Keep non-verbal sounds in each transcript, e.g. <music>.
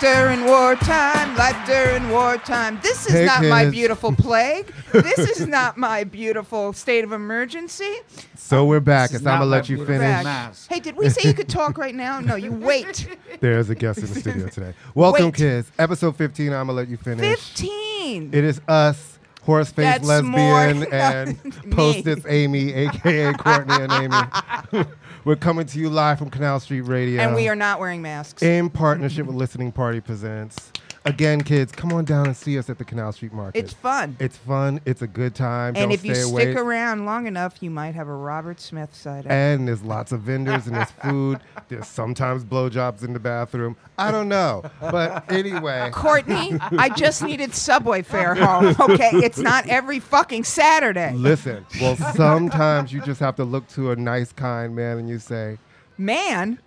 during wartime, life during wartime. This is Hey, not my kids. beautiful plague. this is not my beautiful state of emergency. So we're back, and is so not I'm gonna my let you beautiful finish. back. Back. Hey, did we say you could talk right now? No, you <laughs> wait. There's a guest in <laughs> the studio today. Welcome, Wait. kids. Episode 15. I'm gonna let you finish. 15. It is us, horse face That's <laughs> lesbian, more- and Me. post its Amy, <laughs> aka Courtney and Amy. <laughs> We're coming to you live from Canal Street Radio. and we are not wearing masks. in partnership with Listening Party Presents. Again, kids, come on down and see us at the Canal Street Market. It's fun. It's fun. It's a good time. and Don't if you stay stick away. around long enough, you might have a Robert Smith side up. and there's lots of vendors and there's food. There's sometimes blowjobs in the bathroom. I don't know, but anyway, Courtney, I just needed subway <laughs> fare home, okay? It's not every fucking Saturday. listen. Well, sometimes you just have to look to a nice, kind man and you say, Man?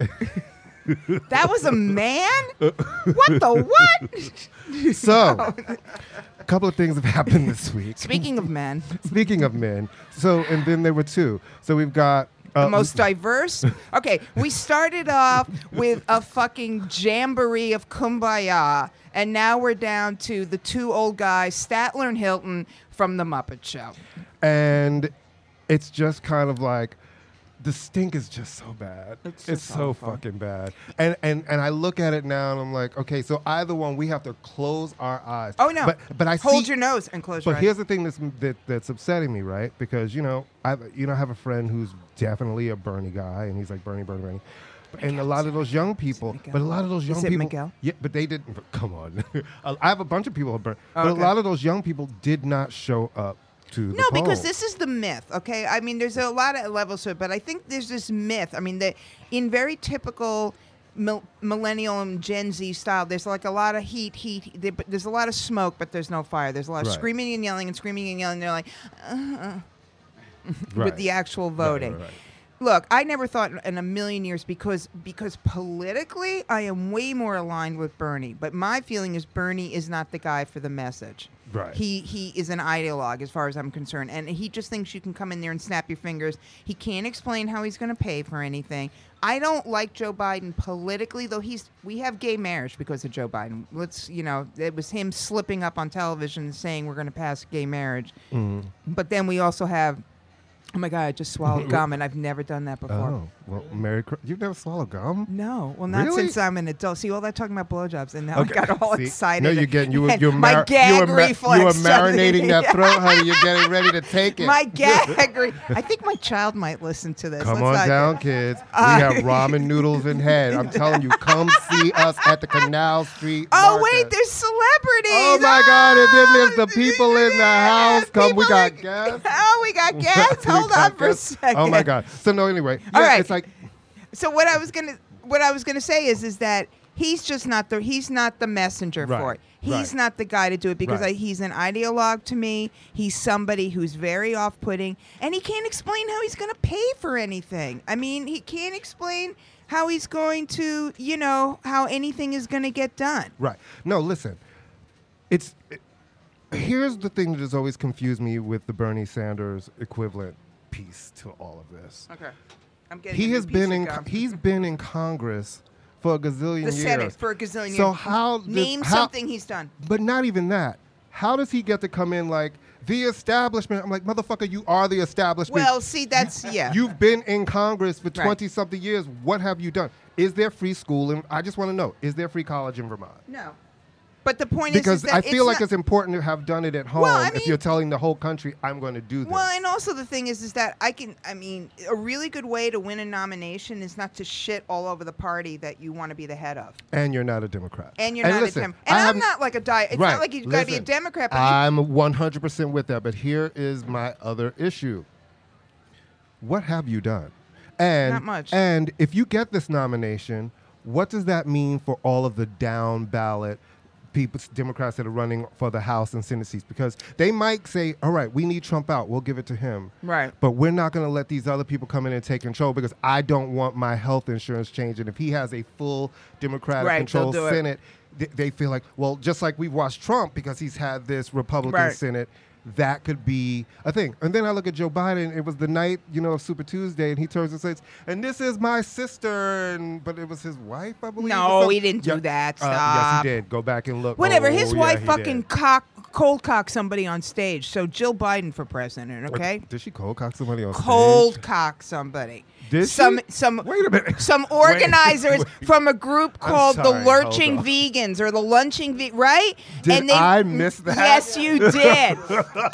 that was a man? What the what? "So, a couple of things have happened this week." Speaking of men, Speaking of men, so and then there were two. So we've got uh, the most diverse. Okay, we started off with a fucking jamboree of kumbaya, and now we're down to the two old guys, Statler and Hilton from The Muppet Show. and it's just kind of like the stink is just so bad. It's, so fucking bad. And and and I look at it now and I'm like, okay, so either one, we have to close our eyes. Oh no! But but I hold see, your nose and close But your eyes. here's the thing that's that, that's upsetting me, right? Because you know, I you know I have a friend who's definitely a Bernie guy, and he's like Bernie, Bernie, Bernie. And a lot of those young people, Miguel? but a lot of those young it people, Miguel? yeah, but they didn't. Come on, <laughs> I have a bunch of people, who burn, but Oh, Okay. a lot of those young people did not show up to the No, because polls. this is the myth, okay? I mean, there's a lot of levels to it, but I think there's this myth. I mean, that in very typical mil- millennial and Gen Z style, there's like a lot of heat, heat, heat. There- but There's a lot of smoke, but there's no fire. There's a lot of Right. screaming and yelling and screaming and yelling. They're like, Right. with the actual voting. right. Look, I never thought in a million years because because politically I am way more aligned with Bernie, but my feeling is Bernie is not the guy for the message. Right. He he is an ideologue as far as I'm concerned, and he just thinks you can come in there and snap your fingers. He can't explain how he's going to pay for anything. I don't like Joe Biden politically, though he's we have gay marriage because of Joe Biden. Let's you know it was him slipping up on television and saying we're going to pass gay marriage, but then we also have Oh my god, I just <laughs> swallowed gum and I've never done that before. Oh well, Merry Christmas! You've never swallowed gum? No, well, not Really? since I'm an adult. See, all that talking about blowjobs, and now Okay, <laughs> I got all see? excited. No, you're getting you. were- and You're my mar- gag you were ma- reflex. You were just- <laughs> marinating that throat, honey. You're getting ready to take it. <laughs> my gag. Re- I think my child might listen to this. Come Let's on not- <laughs> down, kids. we have ramen noodles in head. I'm telling you, come see us at the Canal Street. Oh Market. wait, there's celebrities. Oh my God! And then there's the Ah, people in the yeah, house. Come, we people got in- guests. <laughs> Oh, we got gas. <laughs> We Hold got on for a guests. second. Oh my God! So no, anyway, All yeah, right. it's like So what I was gonna what I was gonna say is is that he's just not the he's not the messenger for Right, it. He's right. not the guy to do it because Right. I, he's an ideologue to me. He's somebody who's very off-putting and he can't explain how he's going to pay for anything. I mean, he can't explain how he's going to, you know, how anything is going to get done. Right. No, listen. It's here's the thing that has always confused me with the Bernie Sanders equivalent piece to all of this. Okay. I'm getting He has been in he's been in Congress for a gazillion the years. Senate for a gazillion So years. how does- name how- something he's done? But not even that. How does he get to come in like the establishment? I'm like, motherfucker, you are the establishment. Well, see, that's yeah. You've been in Congress for Right. 20 something years. What have you done? Is there free school? In, I just want to know is there free college in Vermont? no. But the point is, because is that I feel like not- it's important to have done it at home. Well, I if mean- you're telling the whole country, I'm going to do this. Well, and also the thing is, is that I can. I mean, a really good way to win a nomination is not to shit all over the party that you want to be the head of. and you're not a Democrat. And you're not listen, a Dem- And I I'm haven't- not like a diet. It's right, not like you've got to be a listen, Democrat. But I'm 100% with that. But here is my other issue. What have you done? And Not much. And if you get this nomination, what does that mean for all of the down ballot people, Democrats that are running for the House and Senate seats? Because they might say, "All right, we need Trump out. We'll give it to him." Right. But we're not going to let these other people come in and take control because I don't want my health insurance changing. If he has a full Democratic Right, control they'll do it. Senate, th- they feel like, well, just like we've watched Trump because he's had this Republican Right. Senate, that could be a thing. And then I look at Joe Biden. It was the night, you know, of Super Tuesday, and he turns and says, "And this is my sister," and but it was his wife, I believe. or No, something. he didn't do that. uh, Stop. yes, he did. Go back and look. Whatever. Oh, his yeah, wife he fucking did. cock cold cocked somebody on stage. So Jill Biden for president, What- okay? Did she cold cock somebody on Cold stage? cock somebody. Did she? some some <laughs> Wait a minute. some organizers Wait, wait. from a group I'm called sorry, the hold Lurching on. Vegans or the Lunching Ve- right? Did I miss that? Yes, you did.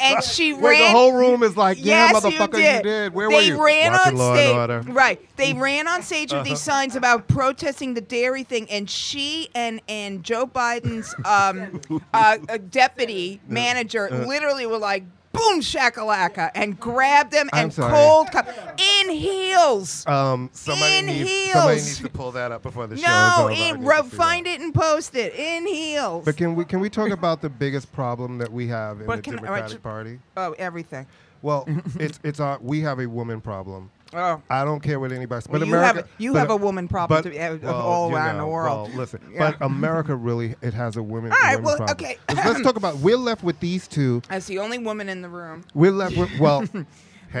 <laughs> and she Wait, ran the whole room is like, yeah, yes, motherfucker, you did. Where they were you? ran Watching on Law and Order. Uh-huh. stage, right? They ran on stage with these signs about protesting the dairy thing, and she and and Joe Biden's um, uh, uh, deputy manager Uh-huh. literally were like. Boom shakalaka and grabbed them I'm and sorry. cold cup in heels. Um, somebody, In needs, somebody heels. needs to pull that up before the show. no, is over. I in, need ro- to see find that. it and post it in heels. But can we can we talk about the biggest problem that we have in But the can- all right, Democratic ju- Party? oh, everything. <laughs> Well, it's it's our, we have a woman problem. Oh, I don't care what anybody. But Well, you America, have- you but- have a woman problem but- to- uh, of well, all you around the know, world. well, listen, Yeah. <laughs> but America really it has a woman. All right, women well, problem. okay. Let's, let's talk about. We're left with these two. as the only woman in the room. We're left with well. Hey,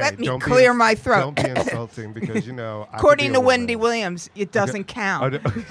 <laughs> Let me don't be clear ins- my throat. <laughs> Don't be insulting because you know. I could be According a to woman. Wendy Williams, it doesn't count. Oh, no.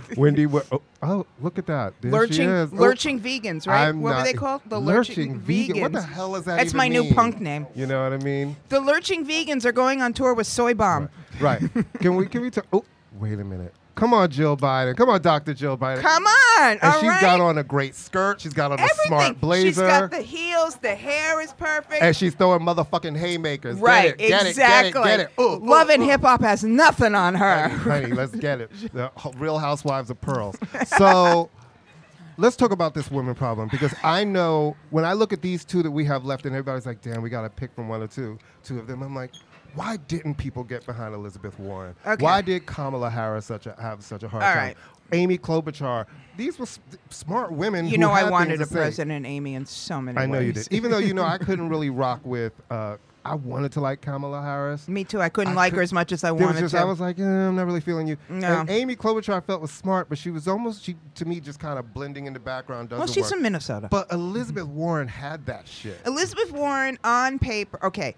<laughs> Wendy, Wi- oh, oh, look at that! There she lurching, is. Oh, lurching vegans, right? I'm what were not- they called? The lurching, vegans. vegan. What the hell is that? That's even my new mean? punk name. You know what I mean? The lurching vegans are going on tour with Soy Bomb. Right. can we? Can we talk? Oh, wait a minute. Come on, Jill Biden. Come on, Dr. Jill Biden. Come on, And all she's right? got on a great skirt. She's got on everything. a smart blazer. She's got the heels. The hair is perfect. and she's throwing motherfucking haymakers. right, Get it, get exactly. it, get it, get it. Ooh, Love ooh, and ooh. hip hop has nothing on <laughs> her. Honey, let's <laughs> get it. The h- Real Housewives of Pearls. So let's talk about this women problem because I know when I look at these two that we have left, and everybody's like, "Damn, we got to pick from one or two, two of them." I'm like, why didn't people get behind Elizabeth Warren? Okay. Why did Kamala Harris such a, have such a hard All time? right. Amy Klobuchar. These were s- smart women. you who know, had I things wanted to a say. president, Amy, in so many I know you ways. did. Even though <laughs> you know I couldn't really rock with. Uh, I wanted to like Kamala Harris. Me too. I couldn't I like her could- as much as I There was wanted just- to. I was like, eh, I'm not really feeling you. No. And Amy Klobuchar, I felt was smart, but she was almost, she, to me, just kind of blending in the background. Doesn't well, she's work. from Minnesota. But Elizabeth Warren had that shit. Elizabeth Warren on paper. Okay.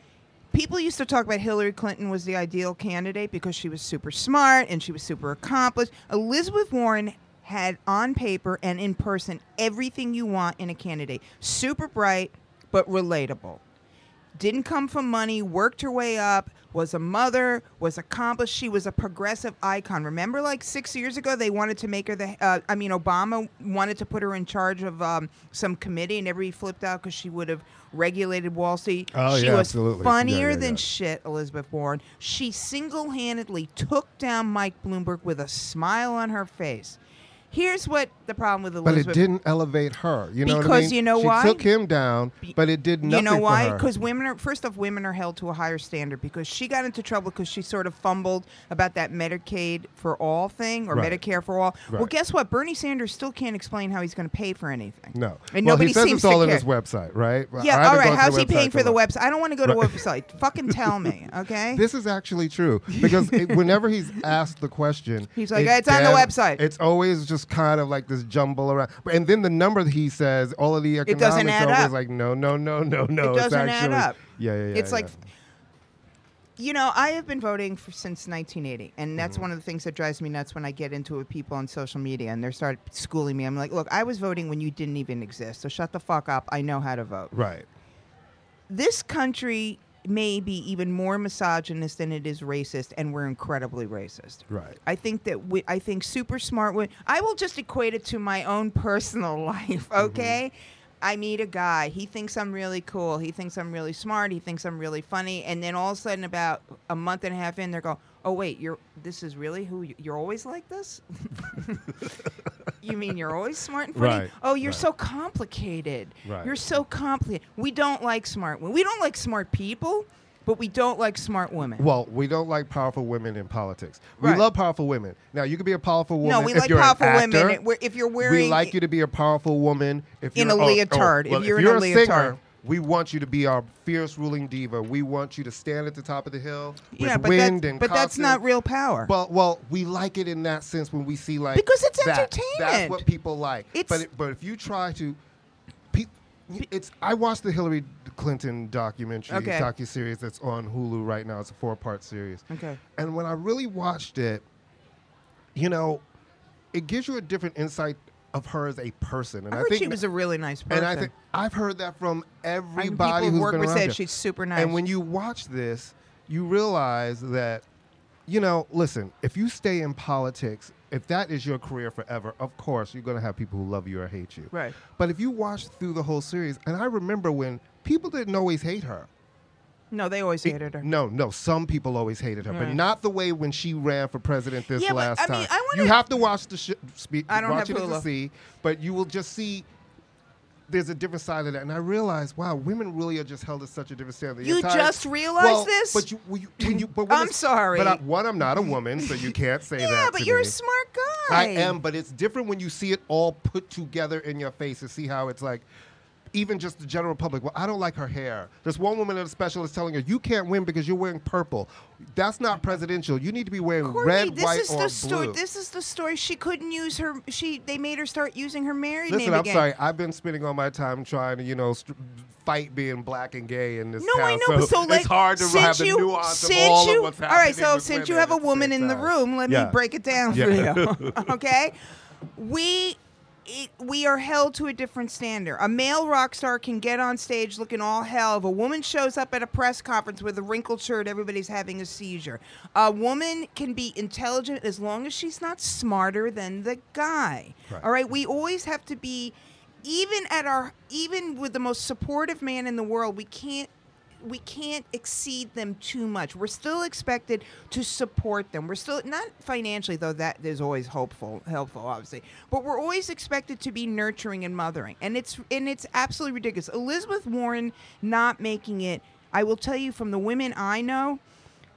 People used to talk about Hillary Clinton was the ideal candidate because she was super smart and she was super accomplished. Elizabeth Warren had on paper and in person everything you want in a candidate. Super bright, but relatable. Didn't come from money, worked her way up, was a mother, was accomplished. She was a progressive icon. Remember, like six years ago, they wanted to make her the, uh, I mean, Obama wanted to put her in charge of um, some committee, and everybody flipped out because she would have regulated Wall Street. Oh, she yeah, was absolutely. Yeah, funnier yeah, than yeah. shit, Elizabeth Warren. She single handedly took down Mike Bloomberg with a smile on her face. Here's what the problem with But Elizabeth it didn't elevate her. You know what I Because mean? you know she why? took him down, but it did nothing You know why? for her. Because women are first off, women are held to a higher standard because she got into trouble because she sort of fumbled about that Medicaid for all thing or Right. Medicare for all. Well, Right. guess what? Bernie Sanders still can't explain how he's going to pay for anything. No. and well, nobody he says seems it's all to in care. his website, right? I yeah, haven't all gone right. to How's the he paying website for the look. website? I don't want to go to a website. Fucking tell <laughs> me, okay? This is actually true because <laughs> it, whenever he's asked the question, He's like, "It's on the website." It's always just kind of like this jumble around. But and then the number that he says, all of the doesn't economics add are always up. like, no, no, no, no, no. it's doesn't add actually- up. Yeah, yeah, yeah. it's like yeah. you know i have been voting for since 1980 and that's Mm-hmm. one of the things that drives me nuts when i get into it with people on social media and they start schooling me i'm like look i was voting when you didn't even exist so shut the fuck up i know how to vote right. this country may be even more misogynist than it is racist and we're incredibly racist Right. I think that we, I think super smart women. I will just equate it to my own <laughs> personal life. Mm-hmm. Okay, I meet a guy. He thinks I'm really cool. He thinks I'm really smart. He thinks I'm really funny. And then all of a sudden, about a month and a half in, they're going, "Oh wait, you're this is really who you, you're always like this." <laughs> You mean you're always smart and funny? Right, Oh, you're right. so complicated. Right. You're so complicated. We don't like smart women. We don't like smart people, but we don't like smart women. Well, we don't like powerful women in politics. Right. We love powerful women. Now, you can be a powerful woman. no, we if like you're an powerful women. actor. It- we're- If you're wearing, we like you to be a powerful woman. If In you're, oh, a leotard, if well, you're in a leotard. singer, we want you to be our fierce ruling diva. We want you to stand at the top of the hill with yeah, but, wind that- and but that's costume. not real power. But well, we like it in that sense when we see like Because it's that. entertainment. That's what people like. It's- but it, but if you try to, pe- it's. I watched the Hillary Clinton documentary Okay. docu series that's on Hulu right now. It's a four part series. Okay. And when I really watched it, you know, it gives you a different insight of her as a person. And I, I, heard think she was a really nice person. and I think I've heard that from I mean, everybody people who's who work been with around said her. she's super nice. And when you watch this, you realize that, you know, listen, if you stay in politics, if that is your career forever, of course you're going to have people who love you or hate you. Right. But if you watch through the whole series, and I remember when people didn't always hate her. no, they always hated her. No, no, some people always hated her, but Right. not the way when she ran for president this Yeah, but, last I time. mean, I you wanna- have to watch the sh- speak. I don't watch have it to Hulu. see, but you will just see. There's a different side of that, and I realized, wow, women really are just held to such a different standard. The You entire- just realized Well, this? But you, when you, when you but when I'm it's- sorry. But I, one, I'm not a woman, so you can't say <laughs> that. yeah, but to you're me. a smart guy. I am, but it's different when you see it all put together in your face and see how it's like. Even just the general public. Well, I don't like her hair. There's one woman at a special is telling her, "You can't win because you're wearing purple. That's not presidential. You need to be wearing Courtney, red, this white, is or the story. blue." This is the story. She couldn't use her. She they made her start using her married Listen, name I'm again. sorry. I've been spending all my time trying to, you know, st- fight being black and gay in this No, town. I know, but so like, it's hard to since have the you, nuance of since all you, of what's happening. all right, so with since you women have a at the woman same in the time. room, let Yeah. me break it down for Yeah. you. <laughs> okay, we. It, we are held to a different standard. A male rock star can get on stage looking all hell. If a woman shows up at a press conference with a wrinkled shirt, everybody's having a seizure. A woman can be intelligent as long as she's not smarter than the guy. Right. All right, we always have to be even at our even with the most supportive man in the world, we can't we can't exceed them too much. We're still expected to support them. We're still not financially though that is always hopeful helpful obviously. But we're always expected to be nurturing and mothering. And it's and it's absolutely ridiculous. Elizabeth Warren not making it, I will tell you from the women I know,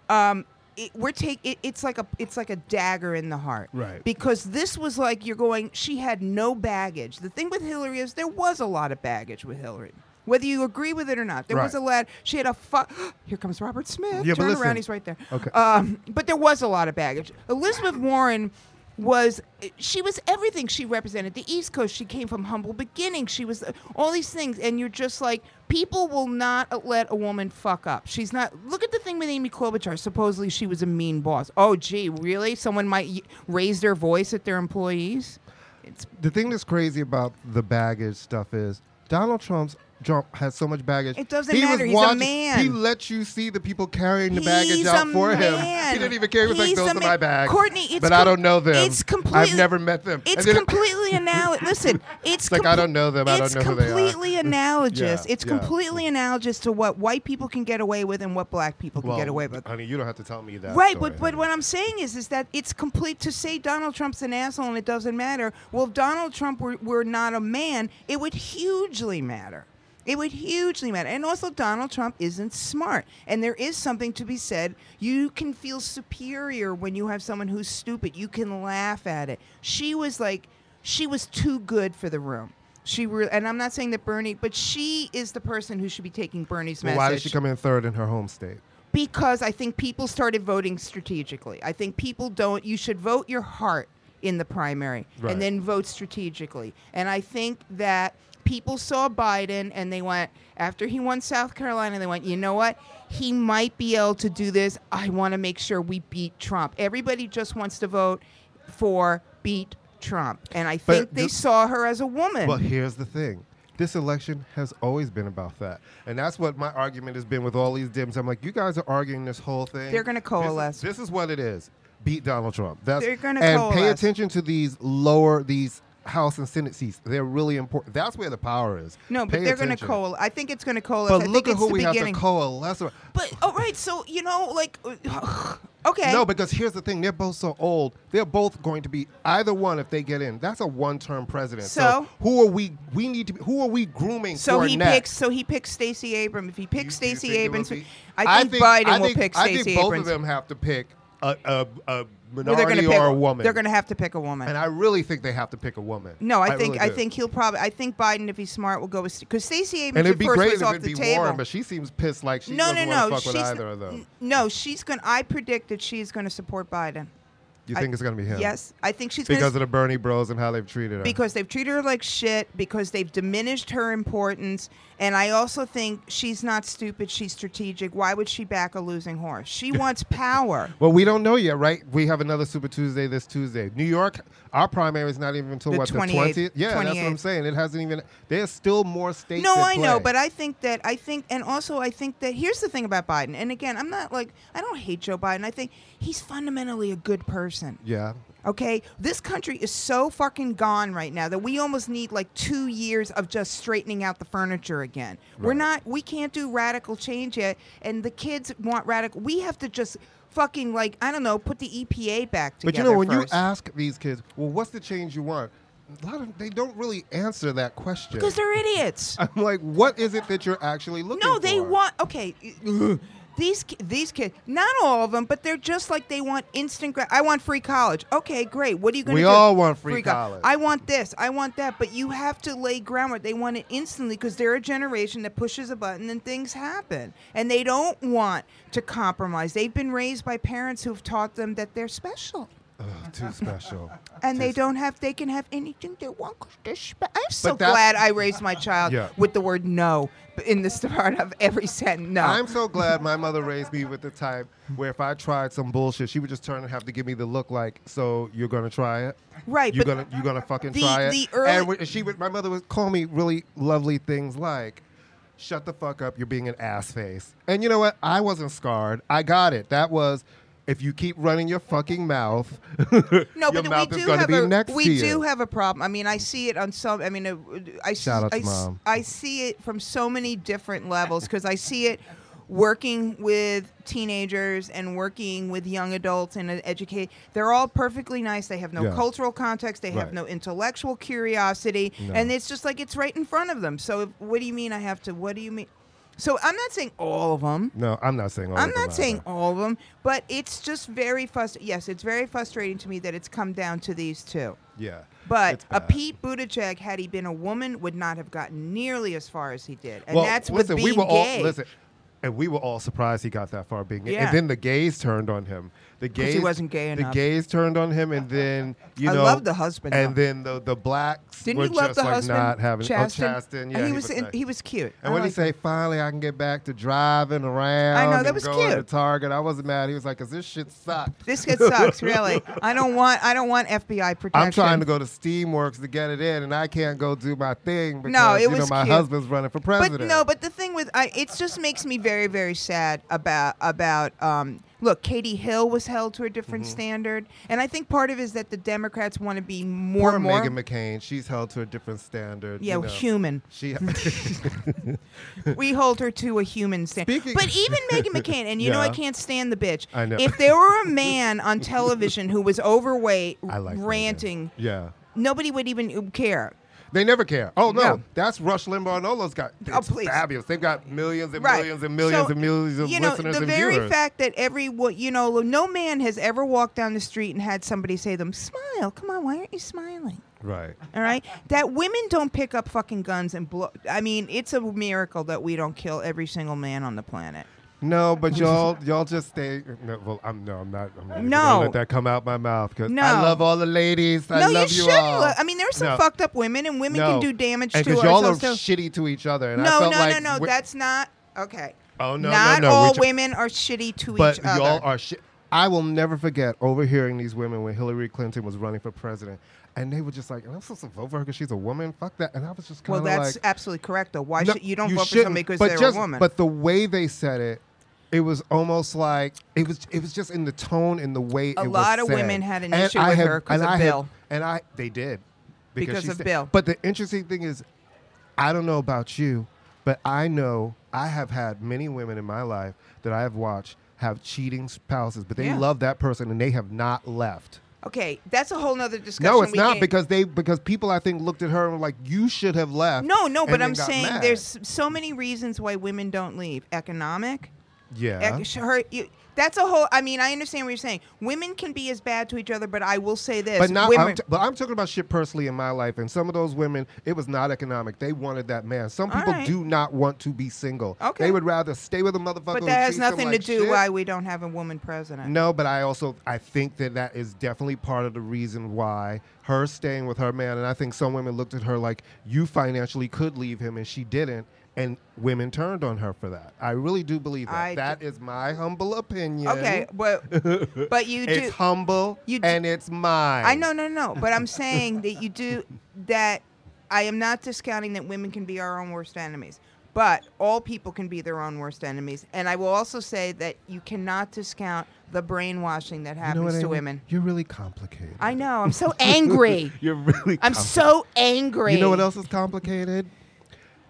um it, we're take it, it's like a it's like a dagger in the heart Right. because this was like you're going she had no baggage the thing with hillary is there was a lot of baggage with hillary whether you agree with it or not there was a Right. lot she had a fuck <gasps> here comes robert smith Yeah, but turn listen. around he's right there Okay. um, but there was a lot of baggage elizabeth warren was she was everything she represented the east coast she came from humble beginnings she was uh, all these things and you're just like people will not let a woman fuck up she's not look at the thing with amy klobuchar supposedly she was a mean boss oh gee really someone might y- raise their voice at their employees it's the thing that's crazy about the baggage stuff is Donald Trump's Trump has so much baggage. It doesn't matter. He's a man. He let you see the people carrying the baggage He's out a for him. man. He didn't even care. He was like, He's "Those a are man." my bags, Courtney, it's but I com- don't know them. it's completely- I've never met them. It's And then- <laughs> completely analogous. Listen, it's like, com- I don't know them. I don't it's know who they are. completely analogous. <laughs> Yeah, it's yeah. completely analogous to what white people can get away with and what black people can get away with. honey, you don't have to tell me that. Right, story, but but honey. what I'm saying is is that it's complete to say Donald Trump's an asshole and it doesn't matter. Well, if Donald Trump were, were not a man, it would hugely matter. It would hugely matter. And also Donald Trump isn't smart. And there is something to be said. You can feel superior when you have someone who's stupid. You can laugh at it. She was like she was too good for the room. She re- and I'm not saying that Bernie, but she is the person who should be taking Bernie's Well, message why did she come in third in her home state? because I think people started voting strategically. I think people don't. You should vote your heart in the primary Right. and then vote strategically. And I think that people saw Biden and they went after he won South Carolina. They went, you know what? He might be able to do this. I want to make sure we beat Trump. Everybody just wants to vote for beat Trump, and I But think they th- saw her as a woman. Well, here's the thing. This election has always been about that. And that's what my argument has been with all these dims. I'm like, you guys are arguing this whole thing. They're gonna This is- coalesce. This is, what it is. Beat Donald Trump. That's They're gonna And pay coalesce. attention to these lower these House and Senate seats. They're really important. That's where the power is. no, but Pay they're going to attention. coalesce. I think it's going to coalesce. I But think look at it's who the we beginning. have to coalesce. with. But all right, so you know, like, uh, <sighs> okay. No, because here's the thing: they're both so old. They're both going to be either one if they get in. That's a one-term president. So? who are we? We need to. Be, who are we grooming so for he next? picks. So he picks Stacey Abrams. If he You- picks you think Stacey it will Abrams, be- I think Biden will pick I Stacey think both Abrams. of them have to pick a, a, a Well, they're minority going to pick or a woman. They're going to have to pick a woman. and I really think they have to pick a woman. no, I, think really I do. think he'll probably. I think Biden, if he's smart, will go with because Stacey And Abrams it'd at be first great was if off it'd the be table. Warren, but she seems pissed like she no, no, doesn't no. want to fuck She's with either of them. n- no. She's going. to I predict that she's going to support Biden. You I- think it's going to be him? Yes, I think she's gonna Because of the Bernie Bros and how they've treated her. because they've treated her like shit because they've diminished her importance and i also think she's not stupid she's strategic why would she back a losing horse she wants power well, we don't know yet, right? We have another Super Tuesday this Tuesday. New York, our primary is not even until The what 28th. the 20th. Yeah, that's what I'm 28th. saying. It hasn't even. There's still more states. no at i know play. but i think that i think and also i think that here's the thing about biden and again i'm not like i don't hate joe biden i think he's fundamentally a good person yeah, Okay, this country is so fucking gone right now that we almost need like two years of just straightening out the furniture again. We're Right. not, we can't do radical change yet, and the kids want radical. We have to just fucking like I don't know, put the EPA back together. but you know when first. you ask these kids, well, what's the change you want? A lot of they don't really answer that question. because they're idiots. <laughs> I'm like, what is it that you're actually looking no, for? they want okay. ugh, These ki- these kids, not all of them, but they're just like they want instant. Gra- I want free college. Okay, great. What are you going to do? We all want free co- college. I want this. I want that. But you have to lay groundwork. They want it instantly because they're a generation that pushes a button and things happen, and they don't want to compromise. They've been raised by parents who've taught them that they're special. Ugh, <laughs> too special. And they Just- don't have. They can have anything they want. Cause they're spe- I'm so that's- glad I raised my child Yeah. with the word "no" in <laughs> the start of every sentence. No, I'm so glad my mother raised me with the type where if I tried some bullshit, she would just turn and have to give me the look like, so you're gonna try it, Right, You're but- gonna you're gonna fucking The- try it. the early- and when- she would, my mother would call me really lovely things like. Shut the fuck up, you're being an ass face. And you know what? I wasn't scarred. I got it. That was if you keep running your fucking mouth, <laughs> No, your but mouth we is do gonna have be a next we to you. do have a problem. I mean, I see it on some. I mean, uh, I s- Shout out to I s- Mom. I see it from so many different levels because I see it working with teenagers and working with young adults and e-, educate. They're all perfectly nice. They have no Yeah. cultural context. They have Right. no intellectual curiosity, No. and it's just like it's right in front of them. So, if, what do you mean I have to? What do you mean? So, I'm not saying all of them. no, I'm not saying all I'm of them not saying either. all of them, but it's just very frust. Yes, it's very frustrating to me that it's come down to these two. Yeah. But It's a bad. Pete Buttigieg, had he been a woman, would not have gotten nearly as far as he did, and well, that's with listen, being we were gay. all listen, and we were all surprised he got that far being gay. Yeah. And then the gays turned on him. The 'Cause he gays wasn't gay The enough. gays turned on him, and <laughs> then you I know, love the husband, And though. then the the blacks Didn't were you love just the like husband, not having Chastain? Oh, Chastain, yeah, he, was in, nice. he was cute. I And when he liked him. say, "Finally, I can get back to driving around," that and was going to cute. Target, I wasn't mad. He was like, "Cause this shit sucked." "This kid sucks," <laughs> really, I don't want I don't want FBI protection. I'm trying to go to Steamworks to get it in, and I can't go do my thing because No, it you know was my cute. husband's running for president. But no, but the thing with I, it just makes me very, very sad about about. Um, look, Katie Hill was held to a different Mm-hmm. standard, and I think part of it is that the Democrats want to be more, Poor more, Megan McCain, she's held to a different standard. yeah, you know. <laughs> human. She we hold her to a human standard. Speaking- But <laughs> even Megan McCain, and you know I Yeah. can't stand the bitch. I know. If there <laughs> were a man on television who was overweight, I like Megan. <laughs> ranting, Yeah. nobody would even care. They never care. Oh no, No. that's Rush Limbaugh and all those guys. It's Oh, please. fabulous. They've got millions and Right. millions and millions So, and millions of you know, listeners the and very viewers. fact that every wo- you know, no man has ever walked down the street and had somebody say to them, "Smile, come on, why aren't you smiling?" right. All right, that women don't pick up fucking guns and blow. I mean, it's a miracle that we don't kill every single man on the planet. No, but y'all, <laughs> y'all just stay. No, well, I'm no, I'm not. I'm not even No. gonna let that come out my mouth because No. I love all the ladies. I no, love you you, should. all. look. I mean, there's some No. fucked up women, and women No. can do damage and to because y'all are ourselves. too. shitty to each other, and I no, felt no, like no, no, we- That's not okay. Oh, no, no, Not no, we all ju- women are shitty to but each other. y'all are shit. I will never forget overhearing these women when Hillary Clinton was running for president, and they were just like, "I'm supposed to vote for her because she's a woman. Fuck that." And I was just kind well, of that's like, absolutely correct, though. Why No, should you don't vote for shouldn't, somebody because but they're just- a woman? But the way they said it, it was almost like it was. It was just in the tone and the way. A it was lot of said. women had an And issue I with have- her 'cause and of I have- Bill. and I, they did Because she of said- Bill. But the interesting thing is, I don't know about you, but I know I have had many women in my life that I have watched have cheating spouses, but they Yeah. love that person and they have not left. okay, that's a whole nother discussion. No, it's we not can't- because they because people I think looked at her and were like, "You should have left." No, no, and but then I'm got saying mad. there's so many reasons why women don't leave. Economic, Yeah. Ex- Her, you, that's a whole. I mean, I understand what you're saying. Women can be as bad to each other, but I will say this: But now, women, I'm t- but I'm talking about shit personally in my life, and some of those women, it was not economic. They wanted that man. Some All people right. do not want to be single. Okay. They would rather stay with a motherfucker. but who that has treats them nothing like to do shit. why we don't have a woman president. No, but I also I think that that is definitely part of the reason why her staying with her man, and I think some women looked at her like you financially could leave him, and she didn't, and women turned on her for that. I really do believe that. I That is my humble opinion. Okay, but but you do. it's humble you do- and it's mine. I know, no, no, but <laughs> I'm saying that you do that. I am not discounting that women can be our own worst enemies, but all people can be their own worst enemies. And I will also say that you cannot discount the brainwashing that You know happens what, to Amy? women. You're really complicated. I know. I'm <laughs> so angry. You're really. I'm compli- so angry. Oh. You know what else is complicated?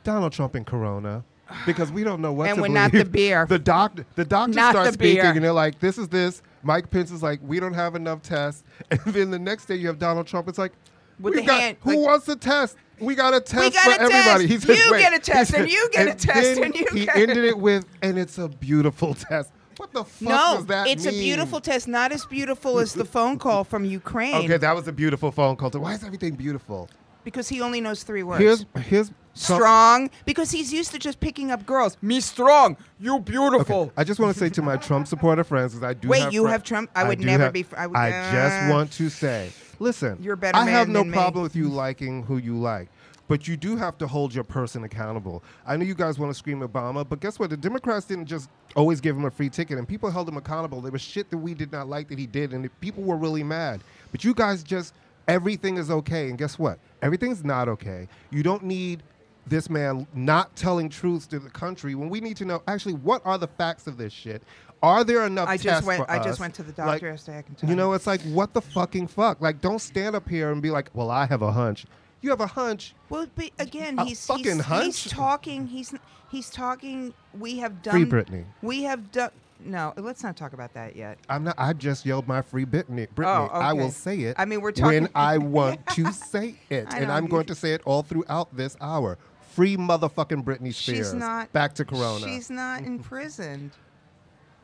Donald Trump and Corona, because we don't know what. And to we're not believe. the beer. The doctor, the doctor Not starts the beer. speaking, and they're like, "This is this." Mike Pence is like, "We don't have enough tests," <laughs> and then the next day you have Donald Trump. It's like, With we the got- hand- who like- wants a test? We got a test got for a test. everybody. He said, You "Wait." get a test, He said- and you get a test, then and you he get- ended it with, and it's a beautiful <laughs> test. What the fuck No, does that it's a mean? beautiful test. Not as beautiful as the phone call from Ukraine Okay, that was a beautiful phone call. Why is everything beautiful? because he only knows three words. Here's here's some- strong because he's used to just picking up girls. Me strong, you beautiful. I just want to say to my Trump supporter friends, because I do. Wait, have you fri- have Trump? I would do never be fr- I I, would- just Uh, want to say, listen, You're a better I have man no than me. problem with you liking who you like. But you do have to hold your person accountable. I know you guys want to scream Obama, but guess what? The Democrats didn't just always give him a free ticket, and people held him accountable. There was shit that we did not like that he did, and the people were really mad. But you guys just, everything is okay, and guess what? Everything's not okay. You don't need this man not telling truths to the country when we need to know actually what are the facts of this shit? Are there enough? I just tests went. for I us? just went to the doctor Like, yesterday. I can tell you know, it's like what the fucking fuck? Like, don't stand up here and be like, "Well, I have a hunch." You have a hunch. Well, but again, A he's uh, fucking he's, hunch? he's talking. He's he's talking. We have done. Free Britney. We have done. No, let's not talk about that yet. I'm not. I just yelled my free Britney. Britney. Oh, I will okay. say it. I mean, we're when talking- <laughs> I want to say it, I and know, I'm you- going to say it all throughout this hour. Free motherfucking Britney Spears. She's not Back to Corona. She's <laughs> not imprisoned.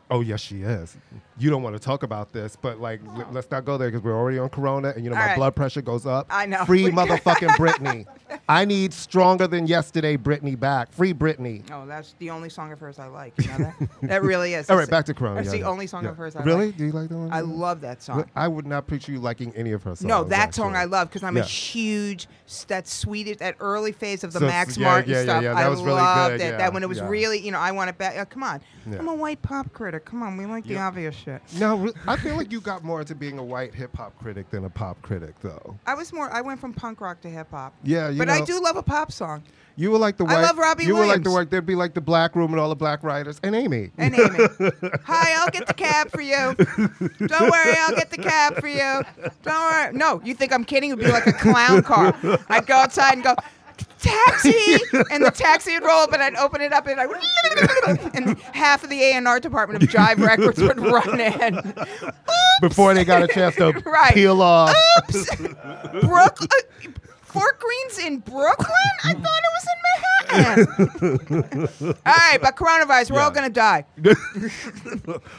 Oh yes, she is. You don't want to talk about this, but like, l- let's not go there because we're already on Corona, and you know All my right. blood pressure goes up. I know. <laughs> Free We- motherfucking Britney. I need stronger than yesterday, Britney back. Free Britney. Oh, that's the only song of hers I like. You know <laughs> that? that really is. All right, That's- back to Corona. That's yeah, the only song yeah. of hers I Really? like. Do you like that one? I love that song. Well, I would not picture you liking any of her songs. No, that song I actually. love because I'm Yeah. a huge s- that sweetest that early phase of the So it's- Max yeah, Martin yeah, yeah, stuff. yeah, that I was really loved good, it. yeah, that when it was yeah. really, you know, I want to back. Uh, come on, Yeah. I'm a white pop critic. Come on, we like the Yeah. obvious shit. No, re- I feel like you got more into being a white hip hop critic than a pop critic, though. I was more. I went from punk rock to hip hop. Yeah, you but I know- do love a pop song. You were like the I white. love Robbie You were like the Williams. white. There'd be like the black room and all the black writers and Amy. <laughs> And <laughs> Amy, hi, I'll get the cab for you. Don't worry, I'll get the cab for you. Don't worry. No, you think I'm kidding? It'd be like a clown car. I'd go outside and go. Taxi, and the taxi would roll, but I'd open it up and I would, and half of the A and R department of Jive Records would run in. Before they got a chance to <laughs> Right. peel off. Oops, <laughs> Brooklyn, Fort Greene's in Brooklyn. I thought it was in <laughs> Manhattan. all right, but coronavirus, we're all Yeah. gonna die.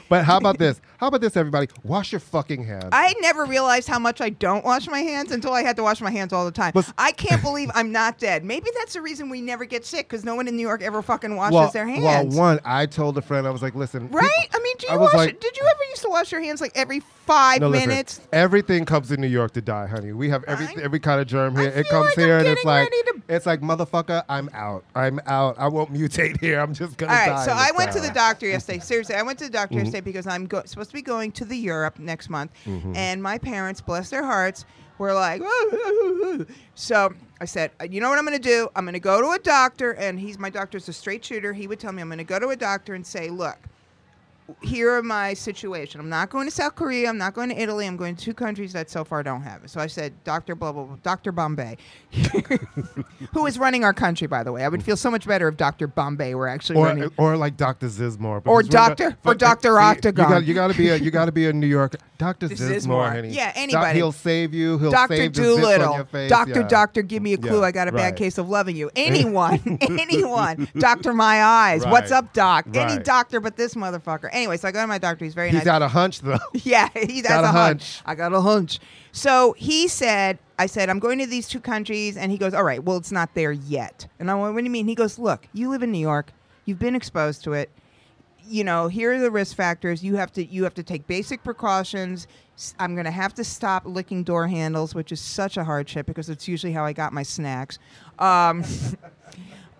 But how about this? How about this, everybody? Wash your fucking hands. I never realized how much I don't wash my hands until I had to wash my hands all the time. But- I can't believe I'm not dead. Maybe that's the reason we never get sick because no one in New York ever fucking washes well, their hands. well, one, I told a friend, I was like, listen. right? people- I mean, do I you was wash? like- did you ever used to wash your hands like every five No, listen, minutes? everything comes to New York to die, honey. We have every I- every kind of germ I here. It feel comes like I'm here, and it's getting like ready to- it's like motherfucker. I'm out. I'm out. I won't mutate here. I'm just gonna All die. right, so in this I went to town. Mm-hmm. the doctor yesterday. Seriously, I went to the doctor yesterday because I'm go- supposed to be going to the Europe next month, and my parents, bless their hearts, were like, so I said, "Uh, you know what I'm going to do? I'm going to go to a doctor, and he's my doctor's a straight shooter. He would tell me I'm going to go to a doctor and say, look, here are my situation. I'm not going to South Korea. I'm not going to Italy. I'm going to two countries that so far don't have it. So I said, Dr. Blah, blah, blah, Dr. Bombay, <laughs> who is running our country, by the way. I would feel so much better if Dr. Bombay were actually running. Mm-hmm. Or, or like Dr. Zismore, Or because we're not- Dr. but- or Dr. see, Octagon. You got you got to be a you got to be a New Yorker. Dr. Zismore. Zismore, honey. Yeah, Doc- anybody. he'll save you. He'll Dr. save the zits on Doolittle, your face, Dr. yeah. Doctor, give me a clue. Yeah, I got a bad right. case of loving <laughs> you. Anyone, anyone. Dr. My Eyes, what's Right, up, Doc? Any right. doctor but this motherfucker. Anyway, so I go to my doctor. He's very He's nice. got a hunch though. <laughs> Yeah, he has Got a, a hunch. hunch. I got a hunch. So he said, I said, I'm going to these two countries. And he goes, All right, well, it's not there yet. And I went, What do you mean? He goes, Look, you live in New York, you've been exposed to it. You know, here are the risk factors. You have to you have to take basic precautions. S- I'm going to have to stop licking door handles, which is such a hardship because it's usually how I got my snacks. Um, <laughs>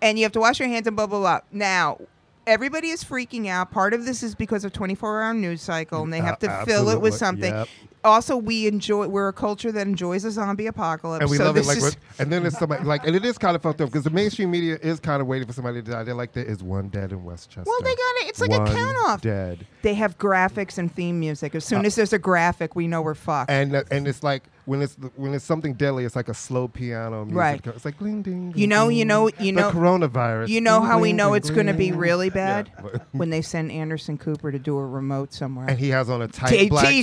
and you have to wash your hands and blah blah blah. Now, everybody is freaking out. Part of this is because of 24-hour news cycle, and they have to A- fill it with absolutely. something. Yep. Also, we enjoy we're a culture that enjoys a zombie apocalypse, And we so love it this like, is we're- and then there's somebody like, and it is kind of fucked up because the mainstream media is kind of waiting for somebody to die. They're like, there is one dead in Westchester. well, they got it. It's like One a count off. Dead. They have graphics and theme music. As Uh, soon as there's a graphic, we know we're fucked. and uh, and it's like when it's when it's something deadly, it's like a slow piano music. Right. It's like ding ding. You ding, know- you ding. know- you the know- coronavirus. you know Ding, how we ding, know ding, it's going to be ding. really bad Yeah. Mm-hmm. when they send Anderson Cooper to do a remote somewhere. And he has on a tight T- black t-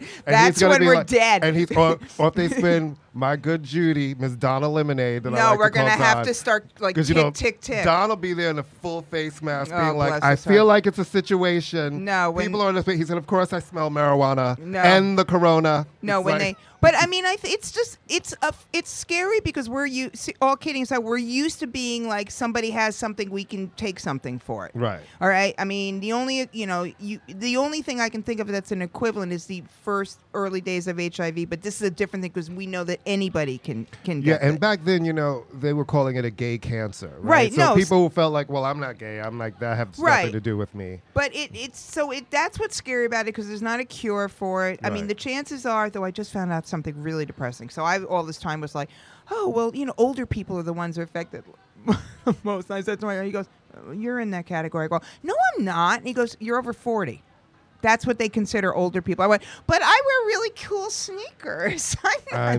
t-shirt. And he's That's gonna when be we're like- dead. And he's or, or if they spin my good Judy, Miss Donna Lemonade. That I no, like we're going gonna have to start like tick Because you know, tick tick. Don'll be there in a full face mask, Oh, being bless like, "I his feel heart. like it's a situation." No, when- people are in this. He said, "Of course, I smell marijuana No. and the corona." No, It's when they. like- <laughs> But I mean, I th- it's just it's a it's scary because we're you all kidding aside, we're used to being like somebody has something we can take something for it. right. All right. I mean, the only you know you the only thing I can think of that's an equivalent is the first early days of HIV, but this is a different thing because we know that anybody can can Yeah, get and it. back then, you know, they were calling it a gay cancer, right? Right, So no, people who felt like, well, I'm not gay. I'm like that have Right. nothing to do with me. But it it's so it that's what's scary about it because there's not a cure for it. I mean, Right. the chances are, though, I just found out something really depressing. So I all this time was like, oh well, you know, older people are the ones who are affected <laughs> most. And I said to my guy, he goes, "Uh, you're in that category. I go, no, I'm not. And he goes, you're over forty. That's what they consider older people. I went, but I wear really cool sneakers. <laughs> I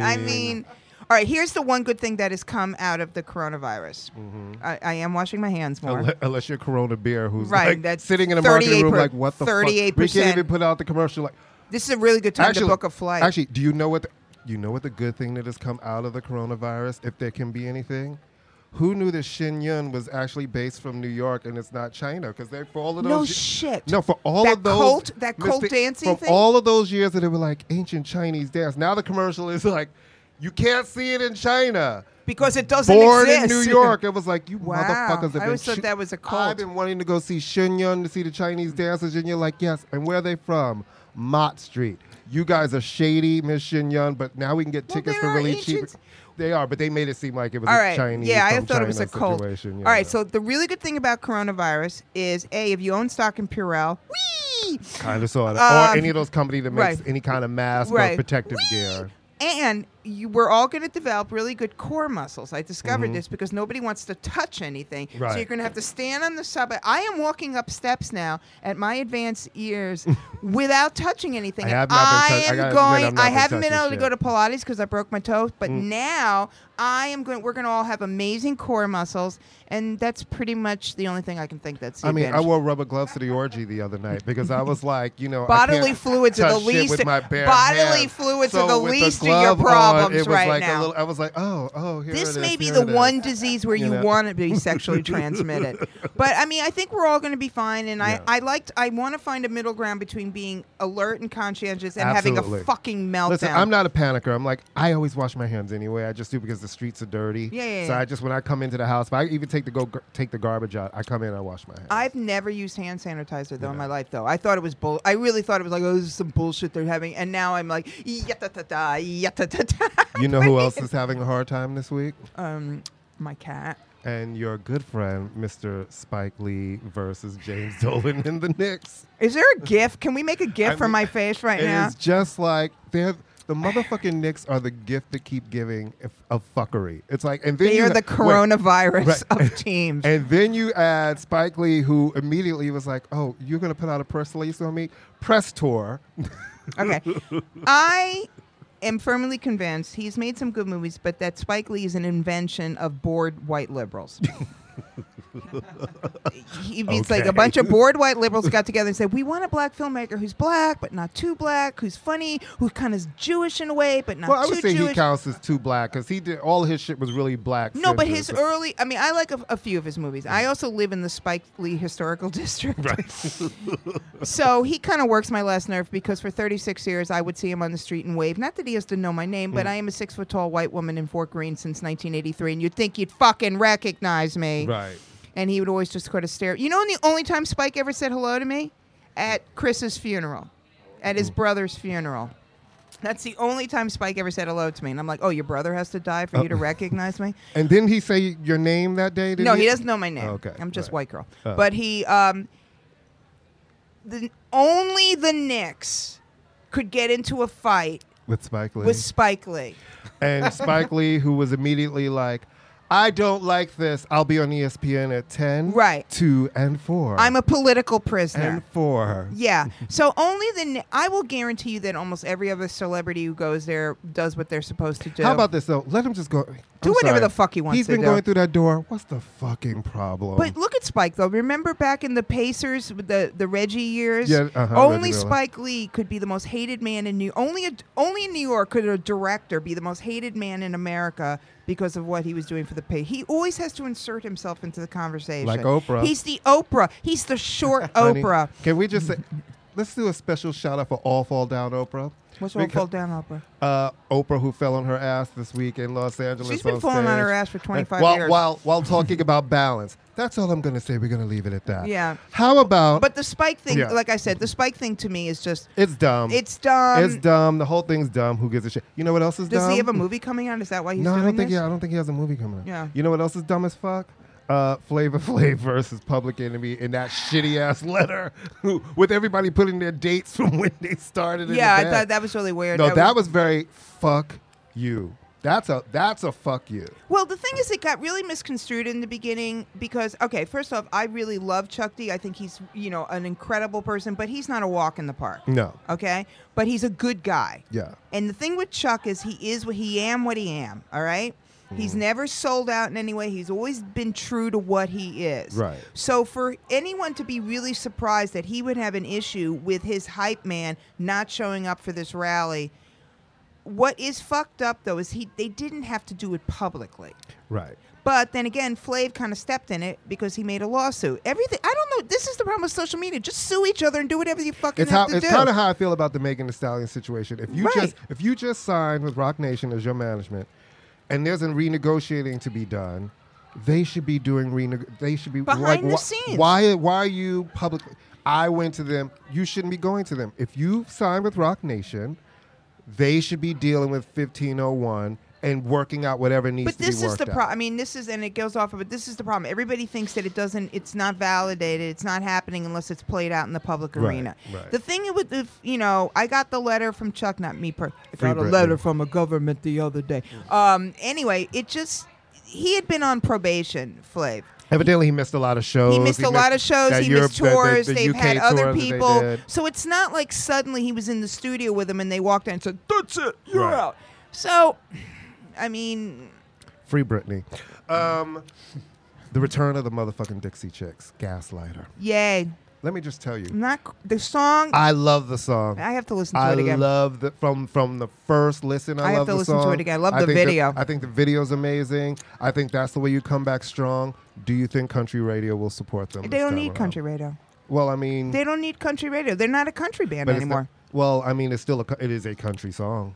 <laughs> I mean, all right. Here's the one good thing that has come out of the coronavirus. Mm-hmm. I, I am washing my hands more. unle- unless you're Corona Beer, who's Right, like that's sitting in a marketing 38 room, per- like what the fuck? We 38%. can't even put out the commercial. Like, This is a really good time actually, to book a flight. Actually, do you know what? The, you know what the good thing that has come out of the coronavirus, if there can be anything. Who knew that Shenyun was actually based from New York and it's not China? Because they for all of those No ye- shit. No, for all That of those cult- that cult dancing from thing? all of those years that it was like ancient Chinese dance. Now the commercial is like, you can't see it in China. because it doesn't Born exist. in New <laughs> York, it was like you Wow. motherfuckers. Have I been always thought that was a cult. I've been wanting to go see Shenyun to see the Chinese dancers, and you're like, yes. And where are they from? Mott Street. You guys are shady, Miss Shenyun, but now we can get Well, tickets they for are really ancients. cheap. They are, but they made it seem like it was All a right. Chinese. yeah, I from thought it was a China cult. situation. All right. Yeah. So the really good thing about coronavirus is a if you own stock in Purell, wee, kind of saw it, Um, or any of those company that makes right. any kind of mask Right. or protective Whee! gear. and you, we're all going to develop really good core muscles. I discovered this because nobody wants to touch anything, so Mm-hmm. Right. you're going to have to stand on the subway. I am walking up steps now at my advanced <laughs> years without touching anything. I And have not been touch- I am gotta admit, going. I've not I been haven't been touching able to shit. Mm. go to Pilates because I broke my toe, but now I am going. We're going to all have amazing core muscles, and that's pretty much the only thing I can think that's. The I mean, I advantage. wore rubber gloves to the orgy the other night because I was like, you know, I can't bodily fluids are the touch shit least with my bare bodily hands. fluids So are the with least of your glove on, problems it was right like a now. little- I was like, oh, oh, here this it may is, be here the it is. one disease where you, You know? want to <laughs> be sexually transmitted. But I mean, I think we're all going to be fine. And Yeah. I, I liked, I want to find a middle ground between being alert and conscientious and having Absolutely. a fucking meltdown. Listen, I'm not a panicker. I'm like, I always wash my hands anyway. I just do because the streets are dirty. Yeah, yeah, So yeah. I just when I come into the house, if I even take the go gar- take the garbage out, I come in, I wash my hands. I've never used hand sanitizer though in my life though. I thought it was bull. I really thought it was like, oh, this is some bullshit they're having. And now I'm like, yata-ta-ta, yata-ta-ta. <laughs> you know who else is having a hard time this week? Um, my cat. And your good friend, Mr. Spike Lee versus James <laughs> Dolan in the Knicks. Is there a gif? Can we make a gif I from mean, my face right It now? is just like they're The motherfucking Knicks are the gift that keep giving of, of fuckery. It's like, and then They you are the ha- wait, coronavirus Right. of teams. And then you add Spike Lee, who immediately was like, "Oh, you're gonna put out a press release on me? Press tour." <laughs> Okay. I am firmly convinced he's made some good movies, but that Spike Lee is an invention of bored white <laughs> liberals. He- It's like Okay. a bunch of bored white liberals got together and said, "We want a black filmmaker who's black but not too black, who's funny, who kind of Jewish in a way but not well, I too would say Jewish." he counts as too black because he did all his shit was really black. no, but his <laughs> centered. early, I mean, I like a, a few of his movies. I also live in the Spike Lee historical <laughs> district. so he kind of works my last nerve because for 36 years I would see him on the street and wave. Not that he has to know my name, but I am a six foot tall white woman in Fort Greene since 1983, and you'd think you'd fucking recognize me. right. And he would always just sort of stare. You know, the only time Spike ever said hello to me at Chris's funeral, at his brother's funeral. That's the only time Spike ever said hello to me, and I'm like, "Oh, your brother has to die for you to recognize me." And didn't he say your name that day? Did No, he doesn't know my name. Okay, I'm just right. white girl. Oh. But he, um, the only the Knicks could get into a fight with Spike Lee. Oh. with Spike Lee. <laughs> and Spike Lee, who was immediately like, "I don't like this. I'll be on E ESPN at ten, Right. Two and four. I'm a political prisoner. and four. yeah. So only the Kn- I will guarantee you that almost every other celebrity who goes there does what they're supposed to do. How about this though? Let him just go. Do I'm whatever sorry. the fuck he wants He's to been do. going through that door. What's the fucking problem? But look at Spike though. Remember back in the Pacers, with the the Reggie years. Yeah, uh-huh, only Reggie Miller. Spike Lee could be the most hated man in New. Only a, only in New York could a director be the most hated man in America because of what he was doing for the pay. He always has to insert himself into the conversation. Like Oprah. He's the Oprah. He's the short <laughs> Honey, Oprah. Can we just say, let's do a special shout out for All Fall Down Oprah. What's wrong? Beca- Fall down, Oprah. Uh, Oprah, who fell on her ass this week in Los Angeles. She's been on falling on stage. her ass for 25 while, years. While, while talking about balance. That's all I'm going to say. We're going to leave it at that. Yeah. How about, But the Spike thing, Yeah. like I said, the Spike thing to me is just it's dumb. it's dumb. it's dumb. The whole thing's dumb. Who gives a shit? You know what else is Does dumb? he have a movie coming out? Is that why he's No, doing I don't think. this? Yeah, I don't think he has a movie coming out. Yeah. You know what else is dumb as fuck? Uh, Flavor <laughs> Flav versus Public Enemy in that shitty ass letter, with everybody putting their dates from when they started. Yeah, I in the bag. thought that was really weird. No, that, was, very fuck you. That's a that's a fuck you. Well, the thing is, it got really misconstrued in the beginning because, okay, first off, I really love Chuck D. I think he's, you know, an incredible person, but he's not a walk in the park. No. Okay? But he's a good guy. Yeah. And the thing with Chuck is he is what he am, what he am. All right? He's Mm-hmm. never sold out in any way. He's always been true to what he is. Right. So for anyone to be really surprised that he would have an issue with his hype man not showing up for this rally, what is fucked up though is he they didn't have to do it publicly. Right. But then again, Flav kind of stepped in it because he made a lawsuit. Everything I don't know. This is the problem with social media. Just sue each other and do whatever you fucking It's how have to it's do. kind of how I feel about the Megan Thee Stallion situation. If you Right. just if you just signed with Rock Nation as your management, and there's a renegotiating to be done, they should be doing reneg. They should be Behind like, the wh- scenes. Why why are you publicly? I went to them. You shouldn't be going to them. If you signed with Rock Nation, they should be dealing with 1501 and working out whatever needs but to be this worked is the out. problem. I mean, this is and it goes off of it. This is the problem. Everybody thinks that it doesn't. It's not validated. It's not happening unless it's played out in the public Right, arena. right. The thing with the you know, I got the letter from Chuck, not me. Per- I Free got a Britney. Mm. letter from a government the other day. Um. Anyway, it just he had been on probation, Flav. Evidently, he Oh, missed a lot of shows. He missed a lot of shows. that He Europe- missed that- that- tours. the They've UK had other tour that they people. did. So it's not like suddenly he was in the studio with them and they walked out and said, "That's it, you're Right. out." So, I mean, Free Britney. Um, the return of the motherfucking Dixie Chicks, Gaslighter. yay! Let me just tell you, Not the song. I, I love the song. have to listen to I it again. love the from from the first listen. I, I have love to the listen to song. it again. I love the think video. I think the video's amazing. I think that's the way you come back strong. Do you think country radio will support them? they this don't time need around? country radio. Well, I mean, They don't need country radio. They're not a country band but it's not- anymore. well, I mean, it's still a co- it is a country song.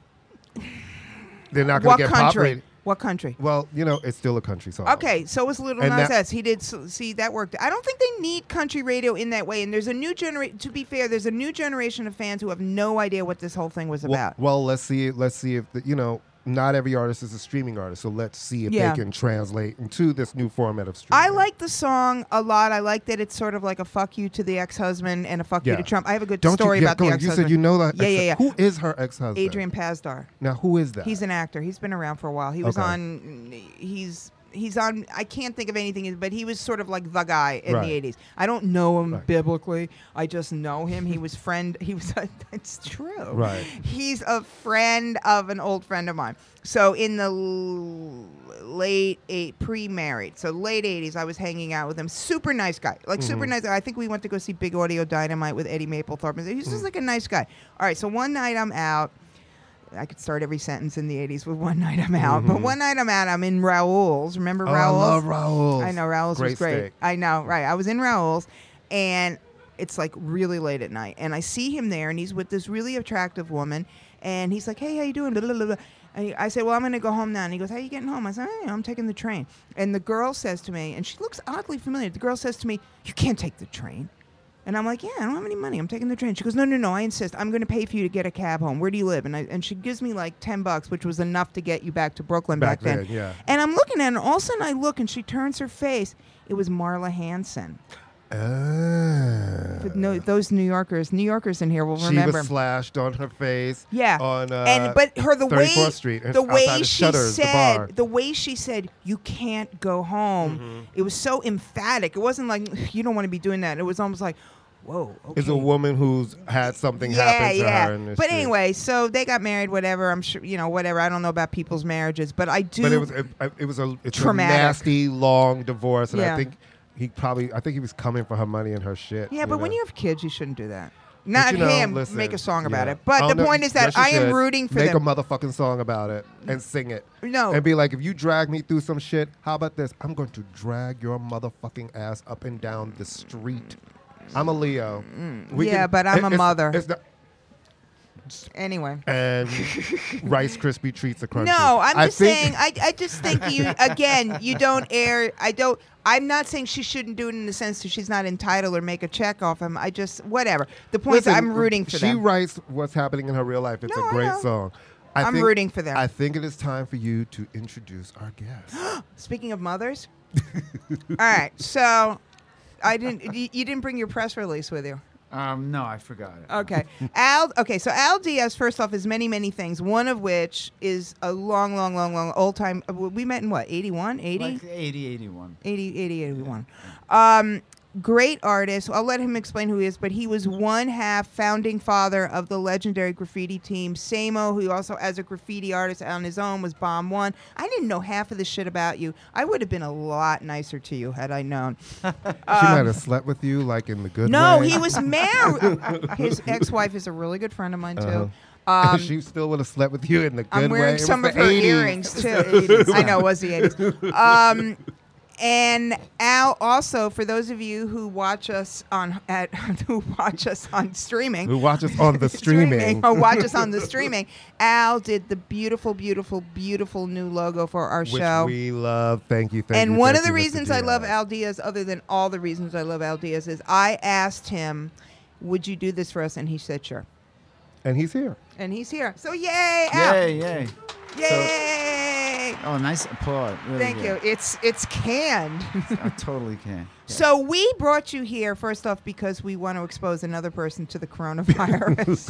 They're not going What to get pop country? rated. What country? Well, you know, it's still a country song. Okay, so was Little And Nas that- S. He did so, see that worked. I don't think they need country radio in that way. And there's a new generation. To be fair, there's a new generation of fans who have no idea what this whole thing was Well- about. Well, let's see. Let's see if the, you know. not every artist is a streaming artist, so let's see if Yeah. they can translate into this new format of streaming. I like the song a lot. I like that it's sort of like a fuck you to the ex husband and a fuck you Yeah. to Trump. I have a good Don't story you, yeah, about go the on. ex You husband. said you know that. Yeah, ex- yeah, yeah. Who is her ex-husband? Adrian Pazdar. Now, who is that? He's an actor. He's been around for a while. He was Okay. on. He's he's on. I can't think of anything, but he was sort of like the guy in Right. the '80s. I don't know him Right. biblically. I just know him. He was friend. He was. <laughs> That's true. Right. He's a friend of an old friend of mine. So in the l- late eight pre-married, so late '80s, I was hanging out with him. Super nice guy. Like Mm-hmm. super nice. I think we went to go see Big Audio Dynamite with Eddie Mapplethorpe. He's just Mm. like a nice guy. All right. So one night I'm out. I could start every sentence in the 80s with one <laughs> night I'm out. But one night I'm out, I'm in Raoul's. Remember Mm-hmm. Oh, I Raoul's? love Raoul's. I know Raoul's great was great. Steak. I know, right. I was in Raoul's and it's like really late at night and I see him there and he's with this really attractive woman and he's like, "Hey, how you doing?" Blah, blah, blah, blah. And he- I say, "Well, I'm going to go home now." And he goes, "How you getting home?" I said, "I am taking the train." And the girl says to me, and she looks oddly familiar. The girl says to me, "You can't take the train." And I'm like, yeah, I don't have any money. I'm taking the train. She goes, no, no, no. I insist. I'm going to pay for you to get a cab home. Where do you live? And I, and she gives me like ten bucks, which was enough to get you back to Brooklyn Back back, then. then, yeah. And I'm looking at her, and all of a sudden I look, and she turns her face. It was Marla Hansen. Ah. But no, those New Yorkers, New Yorkers in here will Uh. She remember. was slashed on her face. yeah. On uh, and but her the way 34th Street, and the way outside she of Shutters, the said bar. Mm-hmm. way she said you can't go home. It was so emphatic. It wasn't like you don't want to be doing that. It was almost like, whoa. Okay. is a woman who's had something yeah, happen to yeah. her. In the but street. anyway, so they got married. Whatever. I'm sure you know. Whatever. I don't know about people's marriages, but I do. but it was it, it was a it's Traumatic. a nasty long divorce, and Yeah. I think he probably I think he was coming for her money and her shit. yeah, but when know? you have kids, you shouldn't do that. Not you know, him. listen, make a song about yeah. it. But Oh, the no, point is that yes, you I am should. rooting for Oh. make them. a motherfucking song about it and sing it. No. and be like, if you drag me through some shit, how about this? I'm going to drag your motherfucking ass up and down the street. I'm a Leo. Mm. We Yeah, but I'm a it's- mother. it's not- <laughs> anyway. <laughs> and Rice Krispie treats are crunchy. No, I'm I just think- saying. I, I just think <laughs> you again. You don't air. I don't. I'm not saying she shouldn't do it in the sense that she's not entitled or make a check off him. I just whatever. The point is, Listen, I'm rooting for she them. writes what's happening in her real life. It's No, I a great know. song. I I'm rooting for them. I think it is time for you to introduce our <gasps> guest. Speaking of mothers, <laughs> all right. So, I didn't. You, you didn't bring your press release with you. Um, no, I forgot it. Okay. Al. Okay. So Al Diaz, first off, is many many things. One of which is a long, long, long, long old time. uh, We met in what? 81, 80? Like 80, 81. 80, 80, 81. Um, great artist. I'll let him explain who he is, but he was one half founding father of the legendary graffiti team Samo, who also, as a graffiti artist on his own, was Bomb One. I didn't know half of the shit about you. I would have been a lot nicer to you had I known. she might have slept with you, like in the good Um, No, way. he <laughs> was married. his ex-wife is a really good friend of mine too. Um, she still would have slept with you in the good way. I'm wearing It was some the of her 80s. earrings <laughs> too. I know it was the 80s. Um, and Al, also for those of you who watch us on at <laughs> who watch us on streaming, <laughs> Who watches on the streaming? or watch <laughs> us on the streaming, Al did the beautiful, beautiful, beautiful new logo for our Which show. we love. Thank you. Thank you. and one of thank the you, Mr. reasons I love Diaz. Al Diaz, other than all the reasons I love Al Diaz, is I asked him, "Would you do this for us?" And he said, "Sure." and he's here. And he's here. So yay, Al! Yay, yay. Yay! Oh, nice applaud. Really Thank you. good. It's it's <laughs> canned. I totally can. <laughs> So we brought you here first off because we want to expose another person to <laughs> the coronavirus.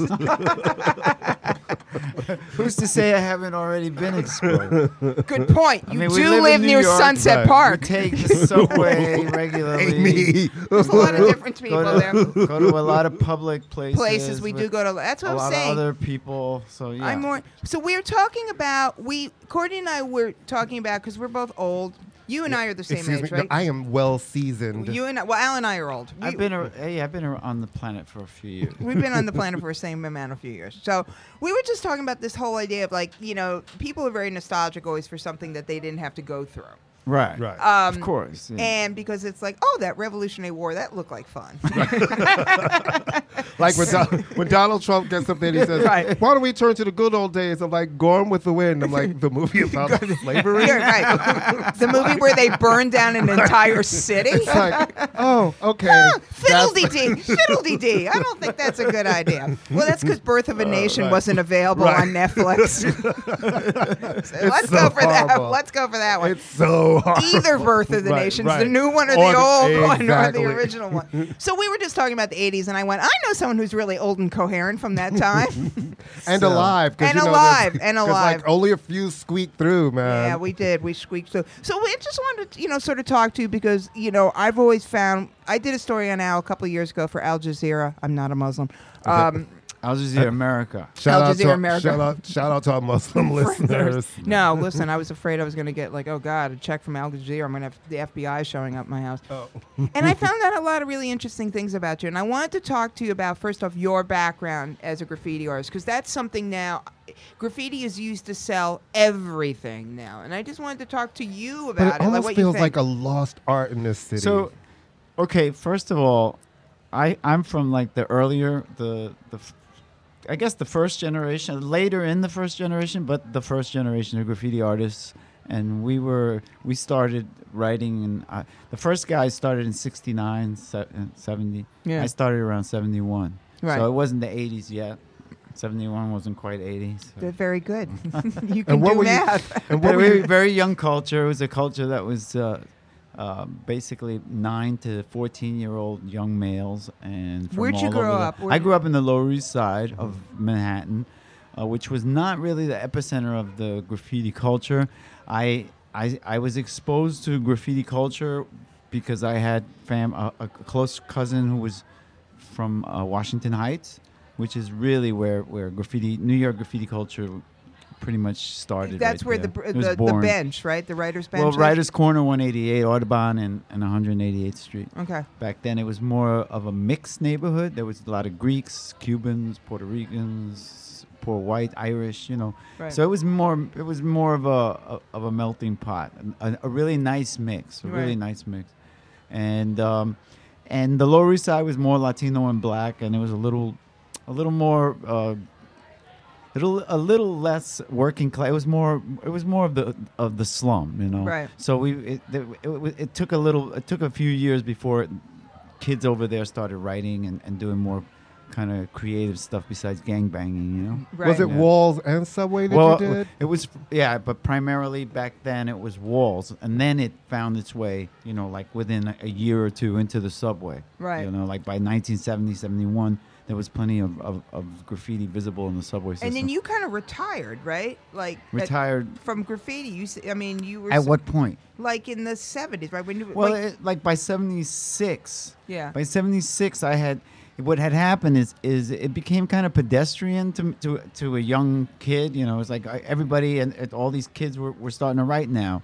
Who's to say I haven't already been exposed? Good point. You I mean, we do live in live, New near York, Sunset but We Park. take the <laughs> subway regularly. <laughs> Amy. There's a lot of different people <laughs> Go there. to, go to a lot of public places. Places we do with go to. That's A what I'm lot of saying. other people. So yeah. I'm more. So we're talking about we. Courtney and I were talking about because we're both old. You and I are the same Excuse age, me. right? No, I am well seasoned. you and I, well, Al and I are old. I've We- been. A, hey, I've been a, on the planet for a few years. We've been on the planet for the same amount of few years. So we were just talking about this whole idea of like, you know, people are very nostalgic always for something that they didn't have to go through. Right. Right. Um, Of course. yeah. And because it's like, oh, that Revolutionary War, that looked like fun. <laughs> Like when, Don- when Donald Trump gets up there and he says, Right. Why don't we turn to the good old days of like Gorm with the Wind? I'm like, <laughs> The movie about slavery? Yeah, right. The movie where they burn down an entire city? <laughs> It's like, Oh, okay. Ah, That's- Fiddle-dee-dee. Fiddle-dee-dee. I don't think that's a good idea. Well, that's because Birth of a Nation Uh, right. wasn't available Right. on <laughs> Netflix. <laughs> So let's so go for that. horrible. Let's go for that one. It's so hard. either birth of the <laughs> Right, nations, the right. new one or, the Or the- old one or exactly. the original <laughs> one. So we were just talking about the 80s, and I went, I know someone who's really old and coherent from <laughs> that time. and So- alive. 'cause And you know, alive, there's- and <laughs> 'cause, alive. Like only a few squeak through, man. yeah, we did. We squeaked through. So we just wanted to, you know, sort of talk to you because, you know, I've always found I did a story on Al a couple of years ago for Al Jazeera. I'm not a <laughs> Muslim. Um, Al Jazeera America. Al out to Jazeera our- America. Shout out, shout out to <laughs> our Muslim listeners. no, listen, I was afraid I was going to get like, oh God, a check from Al Jazeera. I'm going to have the FBI showing up my house. Oh. and I found out a lot of really interesting things about you. And I wanted to talk to you about, first off, your background as a graffiti artist, because that's something now. Graffiti is used to sell everything now. And I just wanted to talk to you But about it it. like almost what you feels think. like a lost art in this city. So, okay, first of all, I I'm from like the earlier the the. f- I guess the first generation, later in the first generation, but the first generation of graffiti artists, and we were we started writing, and I, the first guy started in '69, '70. Yeah. I started around '71, Right. so it wasn't the '80s yet. '71 wasn't quite '80. So. They're very <laughs> good. <laughs> you can and what do were you? <laughs> math. And But a <laughs> what were very, you? very young culture. It was a culture that was uh, uh, basically nine to fourteen year old young males. And from Where'd you all grow over the- up? Where- I Mm-hmm. grew up in the Lower East Side of Manhattan, uh, which was not really the epicenter of the graffiti culture. I I, I was exposed to graffiti culture because I had fam a, a close cousin who was from uh, Washington Heights, which is really where, where graffiti New York graffiti culture pretty much started. That's right where the, there. br- It was the, the born. bench, right? The writer's bench. Well, is? Writers Corner, 188 Audubon, and, and 188th Street. Okay. Back then, it was more of a mixed neighborhood. There was a lot of Greeks, Cubans, Puerto Ricans, poor white, Irish. You know, Right. so it was more it was more of a, a of a melting pot, a, a really nice mix, a really Right. nice mix, and um, and the Lower East Side was more Latino and black, and it was a little a little more. Uh, Little, a little less working class. It was more. It was more of the of the slum, you know. Right. So we it, it, it, it took a little. It took a few years before kids over there started writing and, and doing more kind of creative stuff besides gangbanging, you know. Right. Was it Yeah. walls and subway that Well, uh, you did? it was yeah, but primarily back then it was walls, and then it found its way, you know, like within a year or two into the subway. Right. You know, like by 1970, 71, there was plenty of, of, of graffiti visible in the subway system. and then you kind of retired, right? Like at- retired. from graffiti. You, s- I mean, you were At s- what point? like in the seventies, right? When you Well, like, it, like by 76, yeah, By '76, I had what had happened is is it became kind of pedestrian to to to a young kid. You know, it's like I- everybody and, and all these kids were, were starting to write now,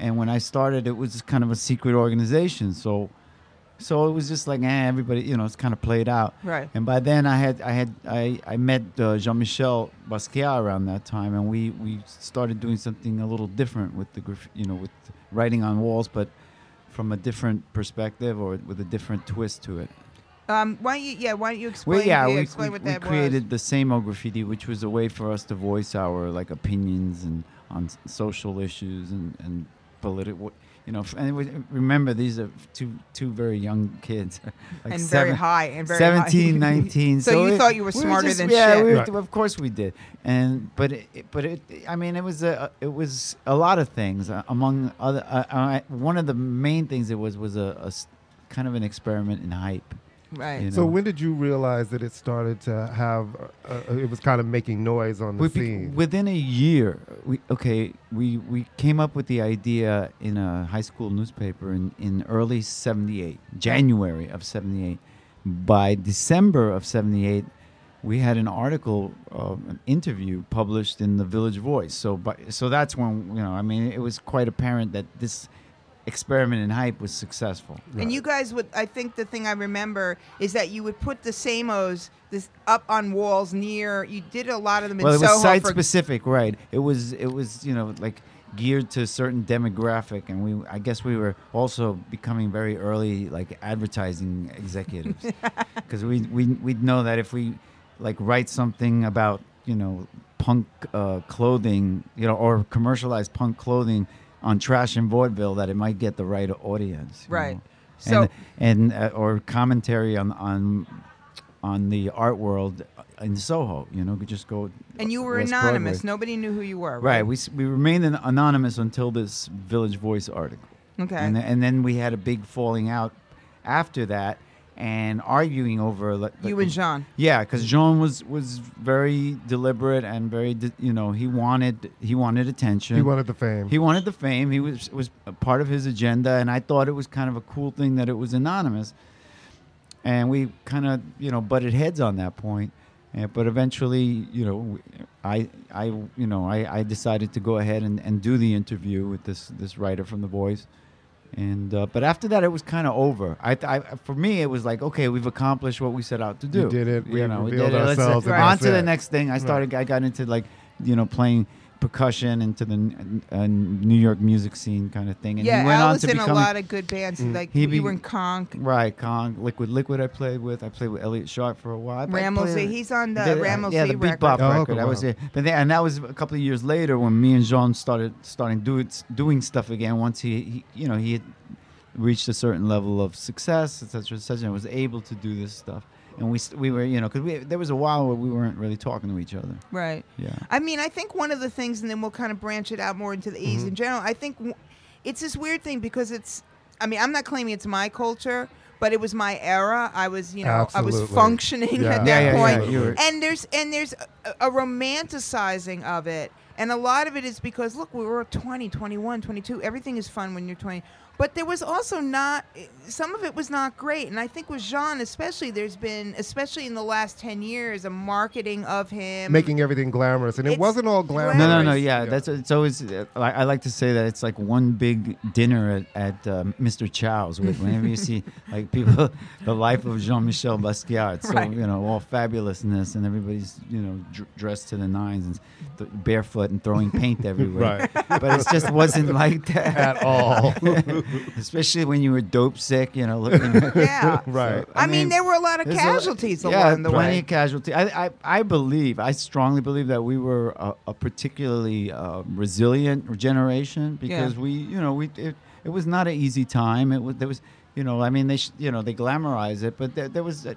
and when I started, it was just kind of a secret organization. So. So it was just like, eh, everybody, you know, it's kind of played out. Right. And by then, I had, I had, I, I met uh, Jean-Michel Basquiat around that time, and we, we started doing something a little different with the, graff- you know, with writing on walls, but from a different perspective or with a different twist to it. Um, why don't you? Yeah, why don't you explain? Well, yeah, yeah, we, explain we- what we that created the same old graffiti, which was a way for us to voice our like opinions and on s- social issues and and political. You know, f- and we, remember these are two two very young kids, <laughs> was, like and very seven- high and very <laughs> 17, high. 19. So you thought you were smarter than yeah, shit. we were- Right. of course we did. And but it, it- but it, I mean, it was a it was a lot of things. uh, Among other, uh, uh, one of the main things it was was a, a s- kind of an experiment in hype. right? you know? so when did you realize that it started to have? Uh, uh, it was kind of making noise on the We bec- scene. within a year, we okay, we we came up with the idea in a high school newspaper in in early '78, January of '78. By December of '78, we had an article, uh, an interview published in the Village Voice. So, by, so that's when you know, I mean, it was quite apparent that this experiment in hype was successful. And you guys would, I think the thing I remember is that you would put the same O's this up on walls near. You did a lot of them in well, it Soho was site for specific, right? It was it was you know like geared to a certain demographic, and we I guess we were also becoming very early like advertising <laughs> executives because we we we'd know that if we like write something about you know punk uh, clothing, you know, or commercialize punk clothing on trash and vaudeville, that it might get the right audience. you Right. know? So- and, and uh, or commentary on on on the art world in Soho. You know, could just go. And you were West anonymous. Broadway. Nobody knew who you were. Right. We s- we remained an- anonymous until this Village Voice article. Okay. And, th- and then we had a big falling out after that, and arguing over. Like, you and Jean. Yeah, because Jean was was very deliberate and very di- you know he wanted he wanted attention. He wanted the fame. He wanted the fame. He was was a part of his agenda, and I thought it was kind of a cool thing that it was anonymous. And we kind of you know butted heads on that point, and, but eventually you know we- I I you know I, I decided to go ahead and, and do the interview with this this writer from The Voice. And uh, but after that, it was kind of over. I, I for me, it was like, okay, we've accomplished what we set out to do. We did it. You We know, revealed Let's- ourselves, and On that's to the it. next thing. I started. I got into like you know playing percussion into the n- uh, New York music scene kind of thing. And yeah, he went Al on was to in becoming, a lot of good bands. Like He be- you were in Conk, right. Kong, Liquid, Liquid. I played with. I played with Elliot Sharp for a while. but I Ramelsey. played- He's on the Did- Ramelsey yeah, the record. Beat Bop Oh, record. okay, that was wow. it. But then, and that was a couple of years later when me and Jean started starting do it, doing stuff again. Once he, he, you know, he had reached a certain level of success, etc., cetera, etc., and was able to do this stuff. And we st- we were, you know, because there was a while where we weren't really talking to each other. Right. Yeah. I mean, I think one of the things, and then we'll kind of branch it out more into the East in general. I think w- it's this weird thing because it's. I mean, I'm not claiming it's my culture, but it was my era. I was, you know, I was Absolutely. functioning Yeah. at that Yeah, yeah, point. yeah, you were- And there's and there's a, a romanticizing of it, and a lot of it is because look, we were 20, 21, 22. Everything is fun when you're 20. But there was also not some of it was not great, and I think with Jean especially, there's been especially in the last ten years a marketing of him Making <laughs> everything glamorous, and it It's wasn't all glamorous. glamorous. No, no, no. Yeah, <laughs> that's it's always. Uh, I, I like to say that it's like one big dinner at, at uh, Mr. Chow's. With whenever you see like people, the life of Jean-Michel Basquiat. So Right. you know, all fabulousness, and everybody's you know dr- dressed to the nines and th- barefoot and throwing paint everywhere. right. But it just wasn't like that, <laughs> at all. <laughs> especially when you were dope sick. You know, looking. yeah. right. I, mean, there were a lot of there's a lot- casualties yeah, along the plenty way. of casualties. I, I, I believe, I strongly believe that we were a, a particularly uh, resilient generation because we, you know, we it, it was not an easy time. It was there was, you know, I mean, they sh- you know they glamorize it, but there, there was. A,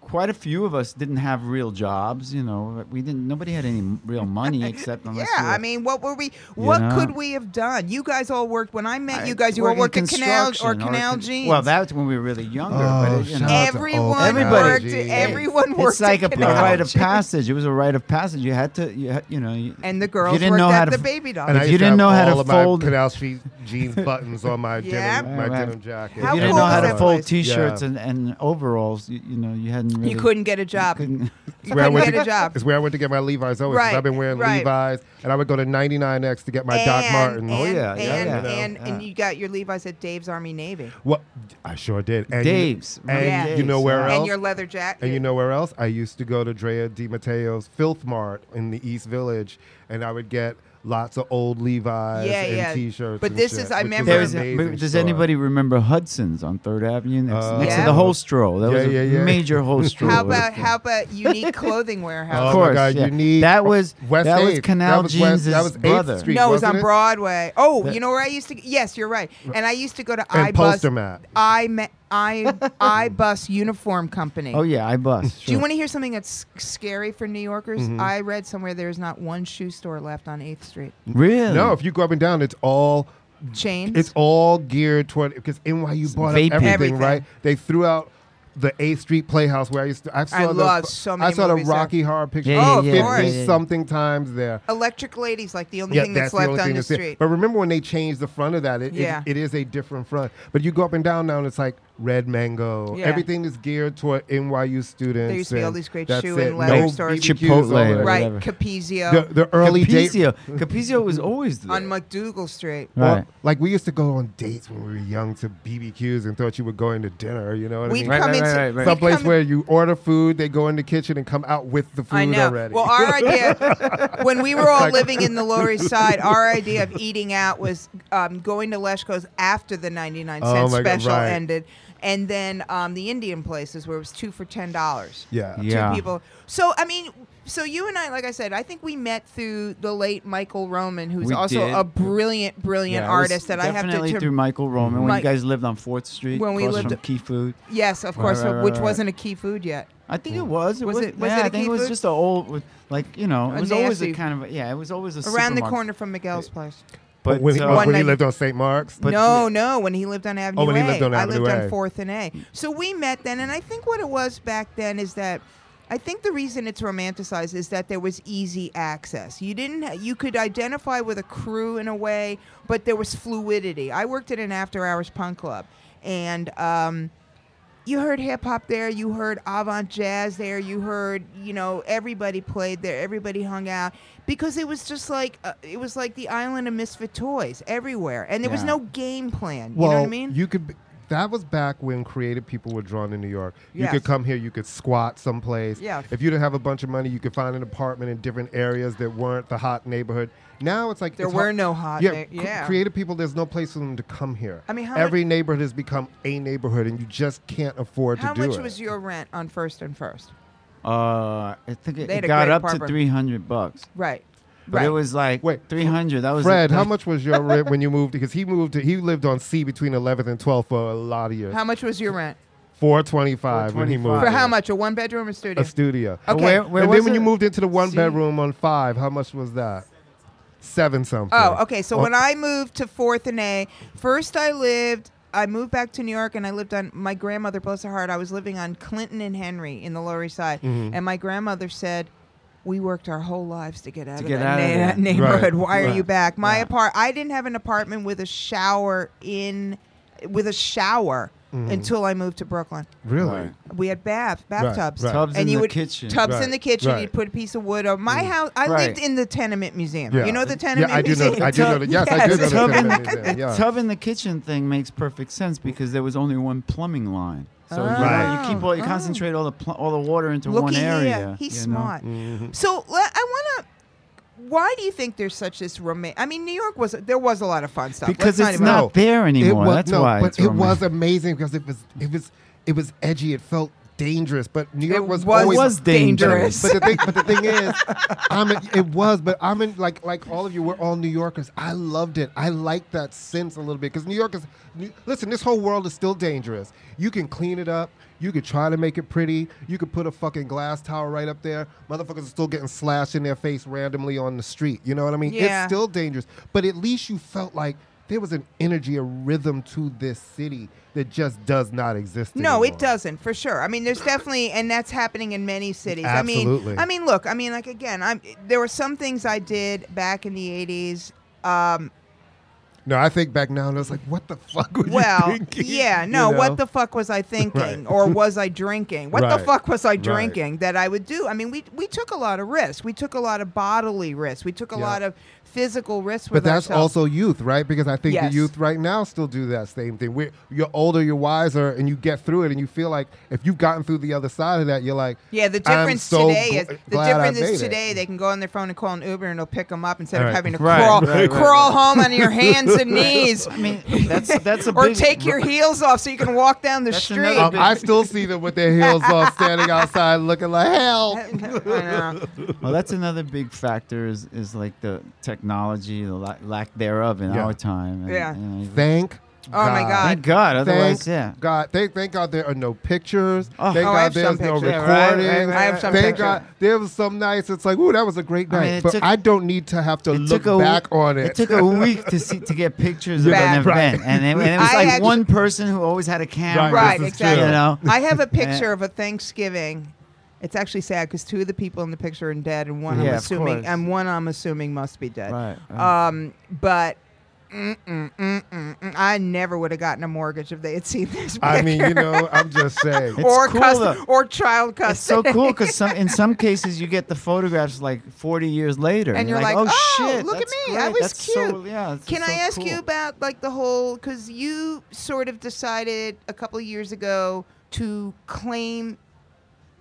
Quite a few of us didn't have real jobs, you know. We didn't. Nobody had any real <laughs> money except Yeah, unless. you were- I mean, what were we? What know? could we have done? You guys all worked when I met I you guys. You all worked in worked at Canal or construction Canal con- Jeans. Well, that's when we were really younger. but it, you know, shut up. everyone Everybody. worked. Jeans. Everyone worked. it's like a at Canal rite of Jeans. passage. It was a rite of passage. You had to, you, had, you know, you, And the if girls you didn't worked know at how to the f- baby doll. And I If used you to didn't have know how to all of fold- my Canal Street <laughs> jeans buttons on my Yeah. denim, my Right. denim jacket. How If you didn't cool know how was to that fold place? T-shirts Yeah. and, and overalls. You, you know, you hadn't really. you couldn't get a <laughs> job. couldn't- It's where, I went get a to, job. it's where I went to get my Levi's always. 'cause Right, I've been wearing right. Levi's, and I would go to 99X to get my and, Doc Martens. And, Oh, yeah, yeah, and, yeah. And, Yeah. and you got your Levi's at Dave's Army Navy What I sure did. And you- Dave's. and Yeah. you know where Dave's, else? and your leather jacket. And you know where else? I used to go to Drea Di Matteo's Filth Mart in the East Village, and I would get lots of old Levi's Yeah, and yeah. T-shirts. But and this shit, is- I which was remember- There an was, amazing but does store. anybody remember Hudson's on Third Avenue next, Uh, next to Yeah. the whole stroll? That was Yeah, a yeah, yeah. major <laughs> whole stroll. how about how about unique clothing warehouse? Oh Of my course, God, yeah. you need- that was West that was 8th. Canal That was West- Jeans' that was 8th brother. Street. No, it was wasn't on it? Broadway. Oh, That- you know where I used to. Yes, you're right. And I used to go to And iBus. Postermat. I met <laughs> I I Bus Uniform Company. Oh yeah, I bust. Do you want to hear something that's s- scary for New Yorkers? Mm-hmm. I read somewhere there's not one shoe store left on Eighth Street. really? No, if you go up and down, it's all Chains. Mm. it's all geared toward because NYU bought up vaping. everything, Everything. right? They threw out the Eighth Street Playhouse where I used to. I, saw the, love so many I saw the movies there. Oh, Rocky Horror Picture Yeah, yeah, Show yeah, yeah, 50 yeah. something times there. Electric Ladies, like the only Yeah, thing that's, that's left the only on thing the that's there. street. But remember when they changed the front of that? It, it- Yeah. it is a different front. But you go up and down now, and it's like Red Mango, Yeah. everything that's geared toward NYU students. There used to be all and these great that's shoe and it. leather No stores. BBQs Chipotle over there. or right, whatever. Capizio The, the early dates Capizio. Capizio was always there. on McDougal Street. Well, Right. like we used to go on dates when we were young to BBQs and thought you were going to dinner. You know what We'd I mean? come right, into right, right, right. we'd Some place come- where you order food, they go in the kitchen and come out with the food I know. already. Well, our <laughs> idea when we were all living in the Lower East Side, our idea of eating out was um, going to Leshko's after the ninety nine Oh, cent my God, special right. ended, and then um, the Indian places where it was two for ten dollars. yeah. Yeah. Two people. So I mean, so you and I, like I said, I think we met through the late Michael Roman, who's We also did. a brilliant, brilliant Yeah, it was artist that I have to. definitely to- through Michael Roman when Mike- you guys lived on Fourth Street When we across lived- from Key Food. yes, of Right, course, uh, right, right, which right. wasn't a key food yet. I think it was. It Was was. it- was yeah, it a I think Key it was Food? just a old, like you know, it A was always a nasty- kind of yeah. It was always a Around the supermarket. corner from Miguel's place. But when, he, uh, when he 190 lived on St. Mark's, But- no, no, when he lived on Avenue Oh, when he A. lived on I Avenue lived A. on Fourth and A. So we met then, and I think what it was back then is that I think the reason it's romanticized is that there was easy access. You didn't, ha- you could identify with a crew in a way, but there was fluidity. I worked at an after-hours punk club, and um, you heard hip hop there, you heard avant jazz there, you heard, you know, everybody played there, everybody hung out because it was just like uh, it was like the island of misfit toys everywhere and there was Yeah. no game plan. well, you know what I mean? you could. Be, that was back when creative people were drawn to New York. You Yes. could come here, you could squat someplace. Yes. If you didn't have a bunch of money, you could find an apartment in different areas that weren't the hot neighborhood. Now it's like there it's were hard- no hot yeah, na- cr- yeah. creative people. There's no place for them to come here. I mean, how every neighborhood has become a neighborhood, and you just can't afford How to do much it. was your rent on first and first? Uh, I think it, They had it a got great up to barber. three hundred bucks, Right. but right. it was like Wait, three hundred. That was Fred, a, how much was your rent when you moved? Because he moved, to, he lived on C between 11th and 12th for a lot of years. how much was your rent? 425 when he moved. For Yeah. how much? A one bedroom or studio? A studio. Okay. Where, where and was then when it? you moved into the one See? bedroom on five, how much was that? Seven something. Oh, okay. So Or- when I moved to Fourth and A, first I lived. I moved back to New York and I lived on my grandmother, bless her heart. I was living on Clinton and Henry in the Lower East Side, Mm-hmm. and my grandmother said, "We worked our whole lives to get out, To of, get that out of na- there." that <laughs> neighborhood. Right. Why are Right. you back?" My Right. apart, I didn't have an apartment with a shower in, with a shower Mm-hmm. until I moved to Brooklyn. really? Right. We had baths, bathtubs, right. Tubs in and you the would kitchen. tubs in Right, the kitchen. right. Mm. You'd put a piece of wood over my house. I Right. lived in the tenement museum. Yeah. You know the Yeah, tenement I do museum. know. I do know. Tub- That. Yes, I do yes, tub know. in The the tenement The museum, yeah. tub in the kitchen thing makes perfect sense because there was only one plumbing line. So you, know, Right. you keep all, you Oh. concentrate all the pl- all the water into Looky one area. here, he's you know? smart. So le- I want to. Why do you think there's such this romantic? I mean, New York was there was a lot of fun stuff. Because Let's it's not. even- not there anymore. It was, That's no, why. But it's it romantic. was amazing because it was it was it was edgy. It felt dangerous. But New York It was, was always was dangerous. But the thing, but the thing is, I'm in- it was. But I'm in like like all of you. We're all New Yorkers. I loved it. I liked that sense a little bit because New York is. New- Listen, this whole world is still dangerous. You can clean it up. You could try to make it pretty. You could put a fucking glass tower right up there. Motherfuckers are still getting slashed in their face randomly on the street. You know what I mean? Yeah. It's still still dangerous, but at least you felt like there was an energy, a rhythm to this city that just does not <laughs> exist. No, it anymore. doesn't for sure. I mean, there's definitely, and that's happening in many cities. I Absolutely. mean, I mean, look, I mean, like again, I'm there were some things I did back in the '80s. Um, No, I think back now and I was like, what the fuck were well, you thinking? yeah, You no, know? what the fuck was I thinking, or was I drinking? What the Right. fuck was I drinking that I would do? I mean, we we took a lot of risks. We took a lot of bodily risks. We took a Yeah. lot of physical risks. But with that's ourselves. also youth, right? Because I think Yes. the youth right now still do that same thing. We're, you're older, you're wiser, and you get through it, and you feel like if you've gotten through the other side of that, you're like, Yeah, the I'm difference so today is gl- the glad I difference made is it. today they can go on their phone and call an Uber and it'll pick them up instead of Right. having to Right, crawl right, right, crawl home on your hands <laughs> and knees. I mean, that's that's a or big, take your heels off so you can walk down the That's street. another Um, I still see them with their heels off, standing outside, looking like <laughs> <laughs> hell. I know. well, that's another big factor is, is like the technology, the la- lack thereof in Yeah. our time. and- Yeah. and- Thank. Oh my God. thank God. Otherwise, Thank yeah. God. Thank, thank God there are no pictures. Oh. Thank Oh, I have God some there's no pictures. recording. Yeah, right, right, right, I have some thank pictures. God there was some nights it's like, ooh, that was a great I night. mean, it but took- I don't need to have to It look took a back on it. It took a week to see to get pictures of an Back. event, and, it, and it I was like actu- one person who always had a camera. Right, This is true. exactly. You know, I <laughs> have a picture of a Thanksgiving. It's actually sad because two of the people in the picture are dead, and one Yeah, I'm of assuming, course. and one I'm assuming must be dead. Right, right. Um, but mm, mm, mm, mm, mm. I never would have gotten a mortgage if they had seen this. Picture. I mean, <laughs> you know, I'm just saying. It's <laughs> or cool, cust- though. or child custody. It's so <laughs> cool because some, in some cases you get the photographs like 40 years later, And you're like, "Oh, shit, look at that's me, I great, was that's so- cute." yeah, it's Can so I ask cool." you about like the whole because you sort of decided a couple of years ago to claim,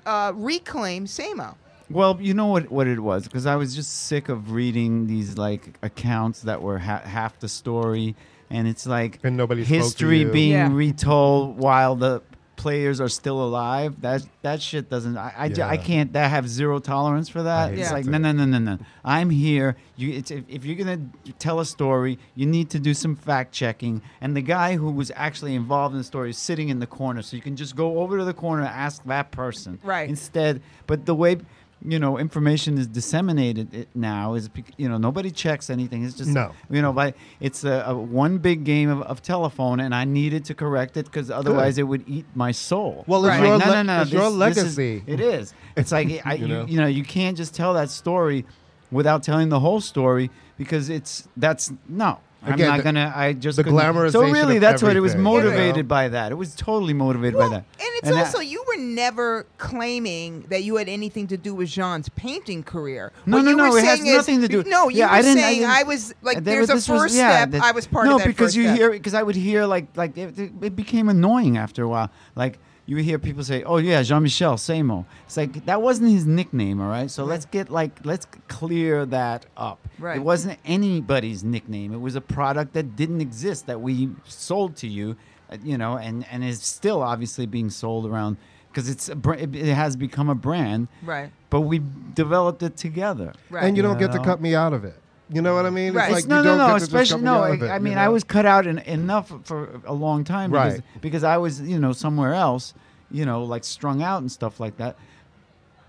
uh, reclaim Samo. Well, you know what, what it was because I was just sick of reading these like accounts that were ha- half the story, and it's like And nobody spoke to history you. being Yeah. retold while the players are still alive. That that shit doesn't. I I, ju- I Yeah. can't. I have zero tolerance for that. I It's hate like that. no no no no no. I'm here. You it's, if, if you're gonna tell a story, you need to do some fact checking. And the guy who was actually involved in the story is sitting in the corner, so you can just go over to the corner and ask that person Right. instead but the way you know information is disseminated it now is bec- you know nobody checks anything it's just No. you know by it's a, a one big game of, of telephone and i needed to correct it because otherwise it would eat my soul Well, it's Like, your no, le- no, no, it's your this- this is- legacy. it is it's like I, <laughs> You you, know? you, know you can't just tell that story without telling the whole story because it's that's no Again, I'm not the- gonna. I just the couldn't- So glamorization really, of that's what it was everything, you know? motivated by. That it was totally motivated by and that. it's that- also you were never claiming that you had anything to do with Jean's painting career. No, what no, you no, were it has saying is- nothing to do- No, you Yeah, were I didn't- I saying didn't- I, was like, That there's a this first was- yeah, step. that- I was part no, of that. because first you step. hear because I would hear like like it, it- it became annoying after a while. Like you would hear people say, "Oh yeah, Jean Michel Samo." It's like that wasn't his nickname, all right. So let's get like let's clear that up. Right. It wasn't anybody's nickname. It was a product that didn't exist that we sold to you, uh, you know, and and is still obviously being sold around because it's a, br- it it has become a brand. right, But we developed it together. right. And you don't get to Yeah. cut me out of it. You know what I mean? Right. It's It's- like no, you no, don't no. get to just cut Especially me no. out I, of it, I you mean, know? I was cut out in, enough for a long time because, Right. because I was you know somewhere else, you know, like strung out and stuff like that.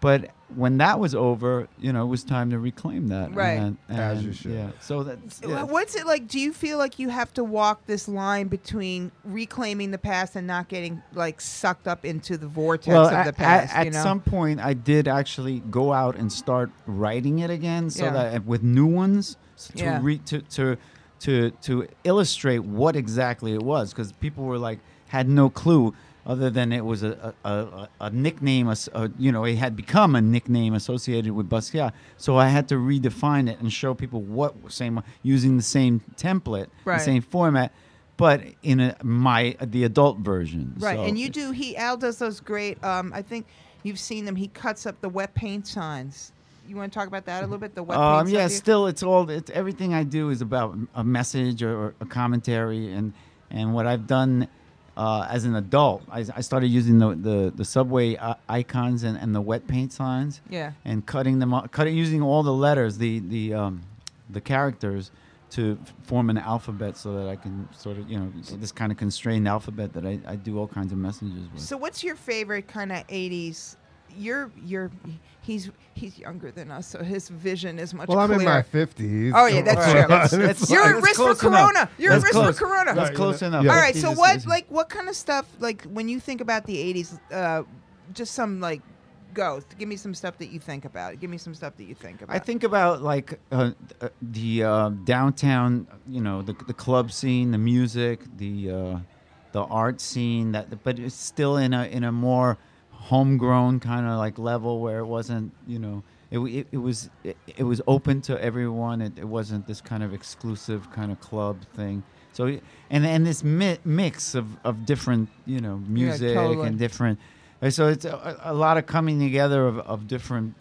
But when that was over, you know, it was time to reclaim that. Right. And, and, As you should. Yeah. So that's yeah. What's it like? Do you feel like you have to walk this line between reclaiming the past and not getting like sucked up into the vortex well, of the at, past? at, at you know? some point, I did actually go out and start writing it again, so Yeah. that uh, with new ones so to Yeah. re, to to to to illustrate what exactly it was, because people were like had no clue other than it was a a, a, a nickname, as- a, you know, it had become a nickname associated with Basquiat. So I had to redefine it and show people what same using the same template, the Right. same format. But in a, my the adult version, Right, So and you do. He Al does those great. Um, I think you've seen them. He cuts up the wet paint signs. You want to talk about that a little bit? The wet Um, paint. yeah, stuff you- still, it's all. It's everything I do is about a message or, or a commentary, and and what I've done uh, as an adult, I, I started using the the, the subway uh, icons and, and the wet paint signs, Yeah. and cutting them up, cutting using all the letters, the the um, the characters to f- form an alphabet, so that I can sort of you know this kind of constrained alphabet that I, I do all kinds of messages with. So, what's your favorite kind of '80s? You're you're he's he's younger than us, so his vision is much. Well, I'm in clearer. my 50s. Oh, yeah, that's true. It's <laughs> That's- <laughs> like- You're <laughs> at It's risk for close enough. corona. You're at That's risk close. for corona. That's Yeah, close yeah. enough. Yeah. All right. It's So just- what it's- like what kind of stuff like when you think about the '80s? Uh, just some like go. Give me some stuff that you think about. Give me some stuff that you think about. I think about like uh, th- uh, the uh, downtown, you know, the, the club scene, the music, the uh, the art scene. That, but it's still in a in a more homegrown kind of like level where it wasn't, you know, it w- it, it was it, it was open to everyone. It, it wasn't this kind of exclusive kind of club thing. So y- and and this mi- mix of, of different, you know, music totally. and different. and So it's a, a a lot of coming together of, of different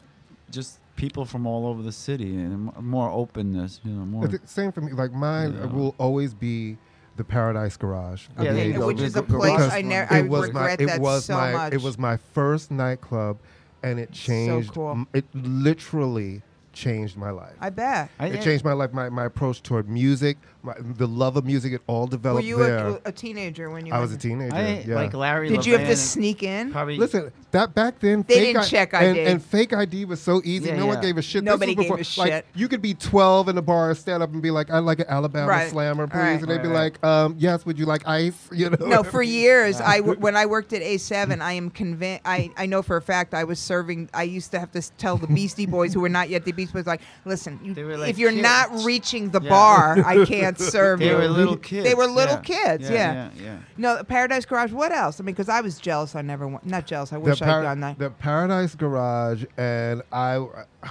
just people from all over the city and m- more openness, you know, more. It's the same for me. Like mine Yeah. will always be the Paradise Garage. Yeah, there Okay, you go. which The- is a the- the place Ross I one. never. It I was my- regret that so my, much. It was my first nightclub, and it changed. cool. m- It literally changed my life. I bet. I- it changed my life. My, my approach toward music, my, the love of music, it all Were developed you there. a, a teenager when you? I went was a there? teenager. I, yeah. Like Larry. Did you have Levan to and sneak in? Probably. Listen, that back then They fake didn't I- check and, ID. and fake ID was so easy. Yeah, no one yeah. gave a shit. This Nobody was gave a before, like, shit. You could be 12 in a bar, stand up and be like, "I'd like an Alabama Right. slammer, please," Right. and they'd be Right, right. like, um, "Yes, would you like ice?" <laughs> You <laughs> know. No, for years, I w- when I worked at A7, I am convinced. I, I know for a fact I was serving. I used to have to s- tell the Beastie Boys, who were not yet the Beastie Keith was like, "Listen, you, They were like if you're not kids. reaching the Yeah. <laughs> bar, I can't serve They you." were little kids. <laughs> They were little yeah. kids. Yeah. Yeah. yeah, yeah. No, Paradise Garage. What else? I mean, because I was jealous. I never went. Not jealous. I the, wish par- I'd done that. the Paradise Garage, and I,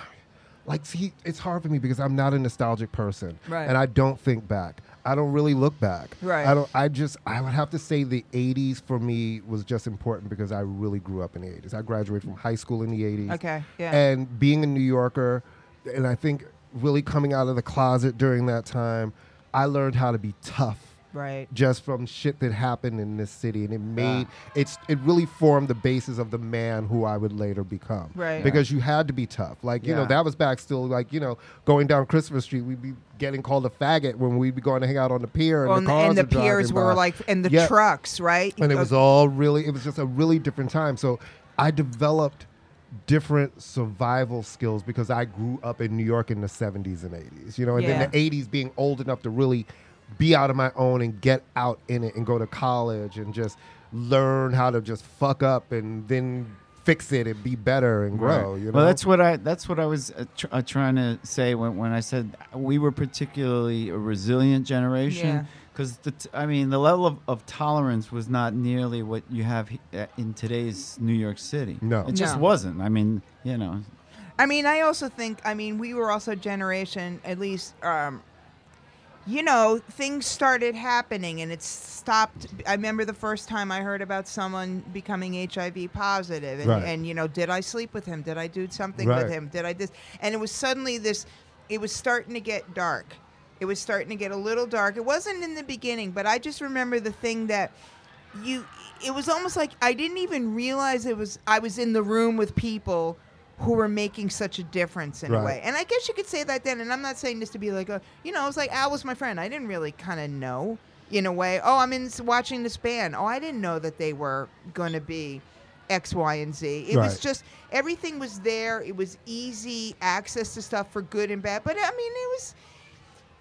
<sighs> like, see, it's hard for me because I'm not a nostalgic person, Right. and I don't think back. I don't really look back. Right. I don't. I just. I would have to say the '80s for me was just important because I really grew up in the '80s. I graduated from high school in the '80s. Okay, yeah. And being a New Yorker, and I think really coming out of the closet during that time, I learned how to be tough right. just from shit that happened in this city and it made it's it really formed the basis of the man who I would later become Right. because you had to be tough like you know Yeah. that was back still like you know going down Christopher Street we'd be getting called a faggot when we'd be going to hang out on the pier and Well, and, the cars and the were driving piers were by. like, and the Yeah. trucks, right? Uh, and it was all really it was just a really different time so I developed different survival skills because I grew up in New York in the 70s and 80s you know and Yeah. then the 80s being old enough to really be out of my own and get out in it and go to college and just learn how to just fuck up and then fix it and be better and grow. You know, Well, that's what I that's what I was uh, tr- uh, trying to say when, when I said we were particularly a resilient Yeah. generation because the t- I mean the level of, of tolerance was not nearly what you have he- uh, in today's New York City. No. it just No. wasn't. I mean, you know, I mean, I also think, I mean, we were also a generation, at least, um, you know, things started happening and it stopped. I remember the first time I heard about someone becoming HIV positive and, Right. and you know, did I sleep with him? Did I do something Right. with him? Did I this? And it was suddenly this, it was starting to get dark. It was starting to get a little dark. It wasn't in the beginning, but I just remember the thing that you it was almost like I didn't even realize it was I was in the room with people who were making such a difference in a Right. way. And I guess you could say that then and I'm not saying this to be like a you know, I was like Al was my friend. I didn't really kind of know in a way. Oh, I'm in s- watching this band. Oh, I didn't know that they were going to be X, Y, and Z. It was Right. just everything was there. It was easy access to stuff for good and bad. But I mean, it was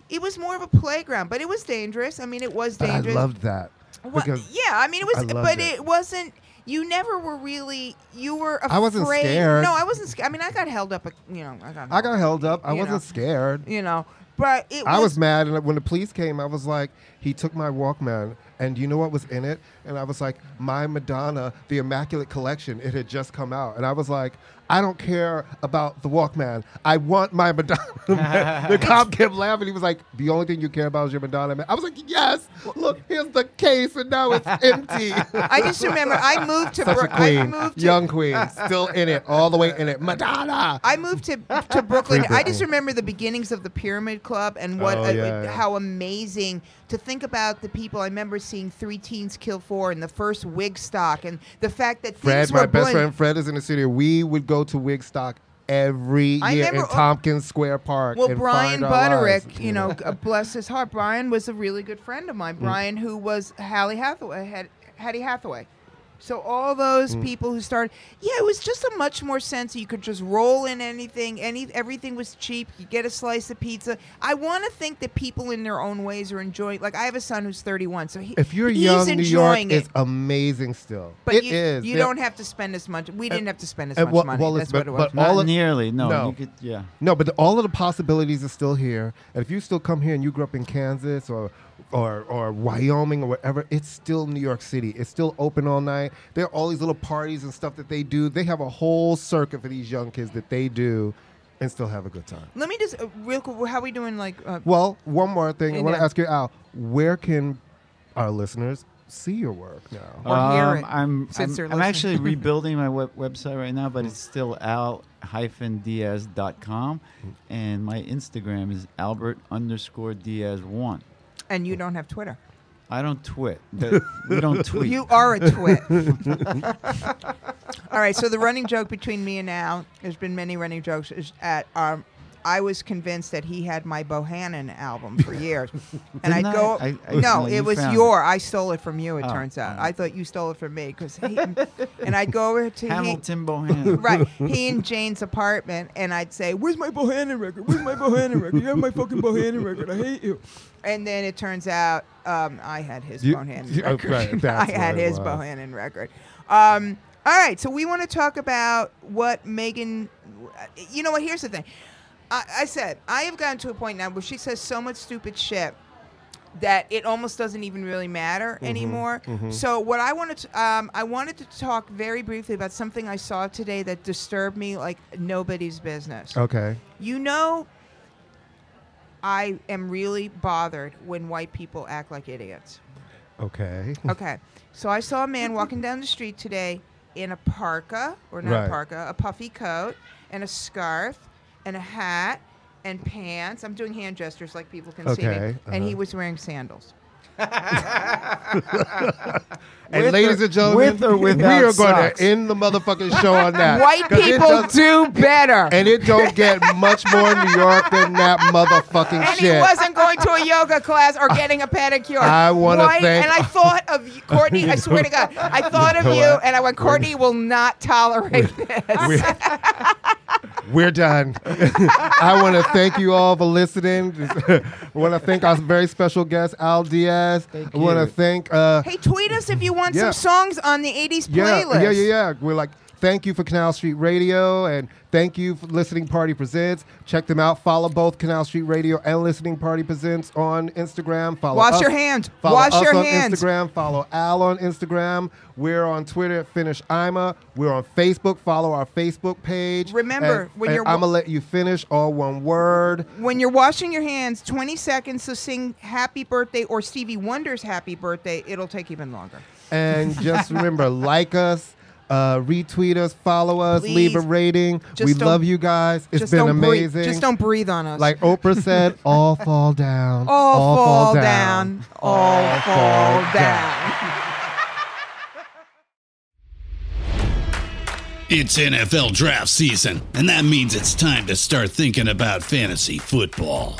it was more of a playground, but it was dangerous. I mean, it was But I dangerous. loved that Well, because yeah, I mean it was, I loved but it. it. wasn't. You never were really. You were. Afraid. I wasn't scared. No, I wasn't. sca- I mean, I got held up. You know, I got. I got held up. I You wasn't know. scared. You know, but it. I was mad, and when the police came, I was like, he took my Walkman, and you know what was in it? And I was like, my Madonna, the Immaculate Collection. It had just come out, and I was like, I don't care about the Walkman. I want my Madonna. <laughs> the cop kept laughing. He was like, the only thing you care about is your Madonna. Man. I was like, yes. Look, here's the case, and now it's empty. I just remember I moved to. Bro- I <laughs> Queen, moved to young queen, still in it, all the way in it. Madonna. I moved to, <laughs> to Brooklyn. Free I Brooklyn. just remember the beginnings of the Pyramid Club and what Oh, uh, yeah, yeah. how amazing to think about the people. I remember seeing three teens kill four and the first wig stock and the fact that Fred, things my were best blend- friend Fred is in the studio. We would go to Wigstock every I year in remember- Tompkins Square Park. Well, and Brian find our lives, Butterick, you know, g- uh, bless his heart, Brian was a really good friend of mine. Mm. Brian, who was Hallie Hathaway, had, Hattie Hathaway. So all those Mm. people who started, yeah, it was just a much more sense. You could just roll in anything. Any everything was cheap. You get a slice of pizza. I want to think that people in their own ways are enjoying. Like I have a son who's 31, so he, If you're he's young, New York enjoying it. is amazing still. but It you, is. You There- don't have to spend as much. We didn't have to spend as and much well- money. well, it's- That's what it was. but- not All of- nearly. No, no. you could. Yeah, No, but the- all of the possibilities are still here. And if you still come here and you grew up in Kansas or or or Wyoming or wherever, it's still New York City. It's still open all night. There are all these little parties and stuff that they do. They have a whole circuit for these young kids that they do and still have a good time. Let me just uh, real quick. How we doing? Like uh, Well, one more thing. I Yeah. want to ask you, Al, where can our listeners see your work now? Or hear it, Um, I'm since I'm, they're I'm actually listening. <laughs> rebuilding my web- website right now, but it's still al diaz.com, and my Instagram is albert underscore diaz one. and you don't have Twitter. I don't twit. The- we don't tweet. You are a twit. <laughs> All right. So the running joke between me and Al, there's been many running jokes. Is at um, I was convinced that he had my Bohannon album <laughs> for years, and I'd Didn't go. I? I- I- no, no, it you was found your. I stole it from you. It Oh, turns out. oh. I thought you stole it from me because. and I'd go over to he- Hamilton <laughs> Bohan. right. He and Jane's apartment, and I'd say, "Where's my Bohannon record? Where's my Bohannon record? You have my fucking Bohannon record. I hate you." And then it turns out um, I had his You- Bohannon you- record. <laughs> okay, I that's had what it his was. Bohannon record. Um, all right, so we want to talk about what Megan. You know what? Here's the thing. I, I said I have gotten to a point now where she says so much stupid shit that it almost doesn't even really matter Mm-hmm, anymore. So what I wanted to, um, I wanted to talk very briefly about something I saw today that disturbed me like nobody's business. Okay. You know, I am really bothered when white people act like idiots. <laughs> Okay. Okay. So I saw a man walking down the street today in a parka, or not Right. a parka, a puffy coat, and a scarf, and a hat, and pants. I'm doing hand gestures like people can see me. Okay, And he uh-huh. was wearing sandals. And With ladies or- and gentlemen, with or we without are going socks. to end the motherfucking <laughs> show on that. White Uh, <laughs> 'Cause it people does- do better. and it don't get much more New York than that motherfucking And he shit. wasn't going to a yoga class or getting a pedicure. I wanna White- thank- And I thought of you, Courtney. I swear to God, <laughs> I thought of know you, what? and I went, Courtney will not <laughs> tolerate this. We're, we're done. <laughs> I want to thank you all for listening. <laughs> I want to thank our very special guest, Al Diaz. Thank I want to you. thank. Uh, Hey, tweet us if you want Yeah. some songs on the 80s yeah, playlist. yeah, yeah, yeah. We're like, thank you for Canal Street Radio and thank you for Listening Party Presents. Check them out. Follow both Canal Street Radio and Listening Party Presents on Instagram. Follow Wash us- your hands. Follow Wash us your on hands. Instagram. Follow Al on Instagram. We're on Twitter at Finish Ima. We're on Facebook. Follow our Facebook page. Remember, And- when and you're wa- I'm gonna let you finish all one word. When you're washing your hands, 20 seconds to sing Happy Birthday or Stevie Wonder's Happy Birthday. It'll take even longer. <laughs> And just remember, like us, uh, retweet us, follow us, leave a Please. rating. Just we don't- love you guys. It's just been don't amazing. Breathe. Just don't breathe on us. Like Oprah said, all fall down. all, fall down. All fall down. It's NFL draft season, and that means it's time to start thinking about fantasy football.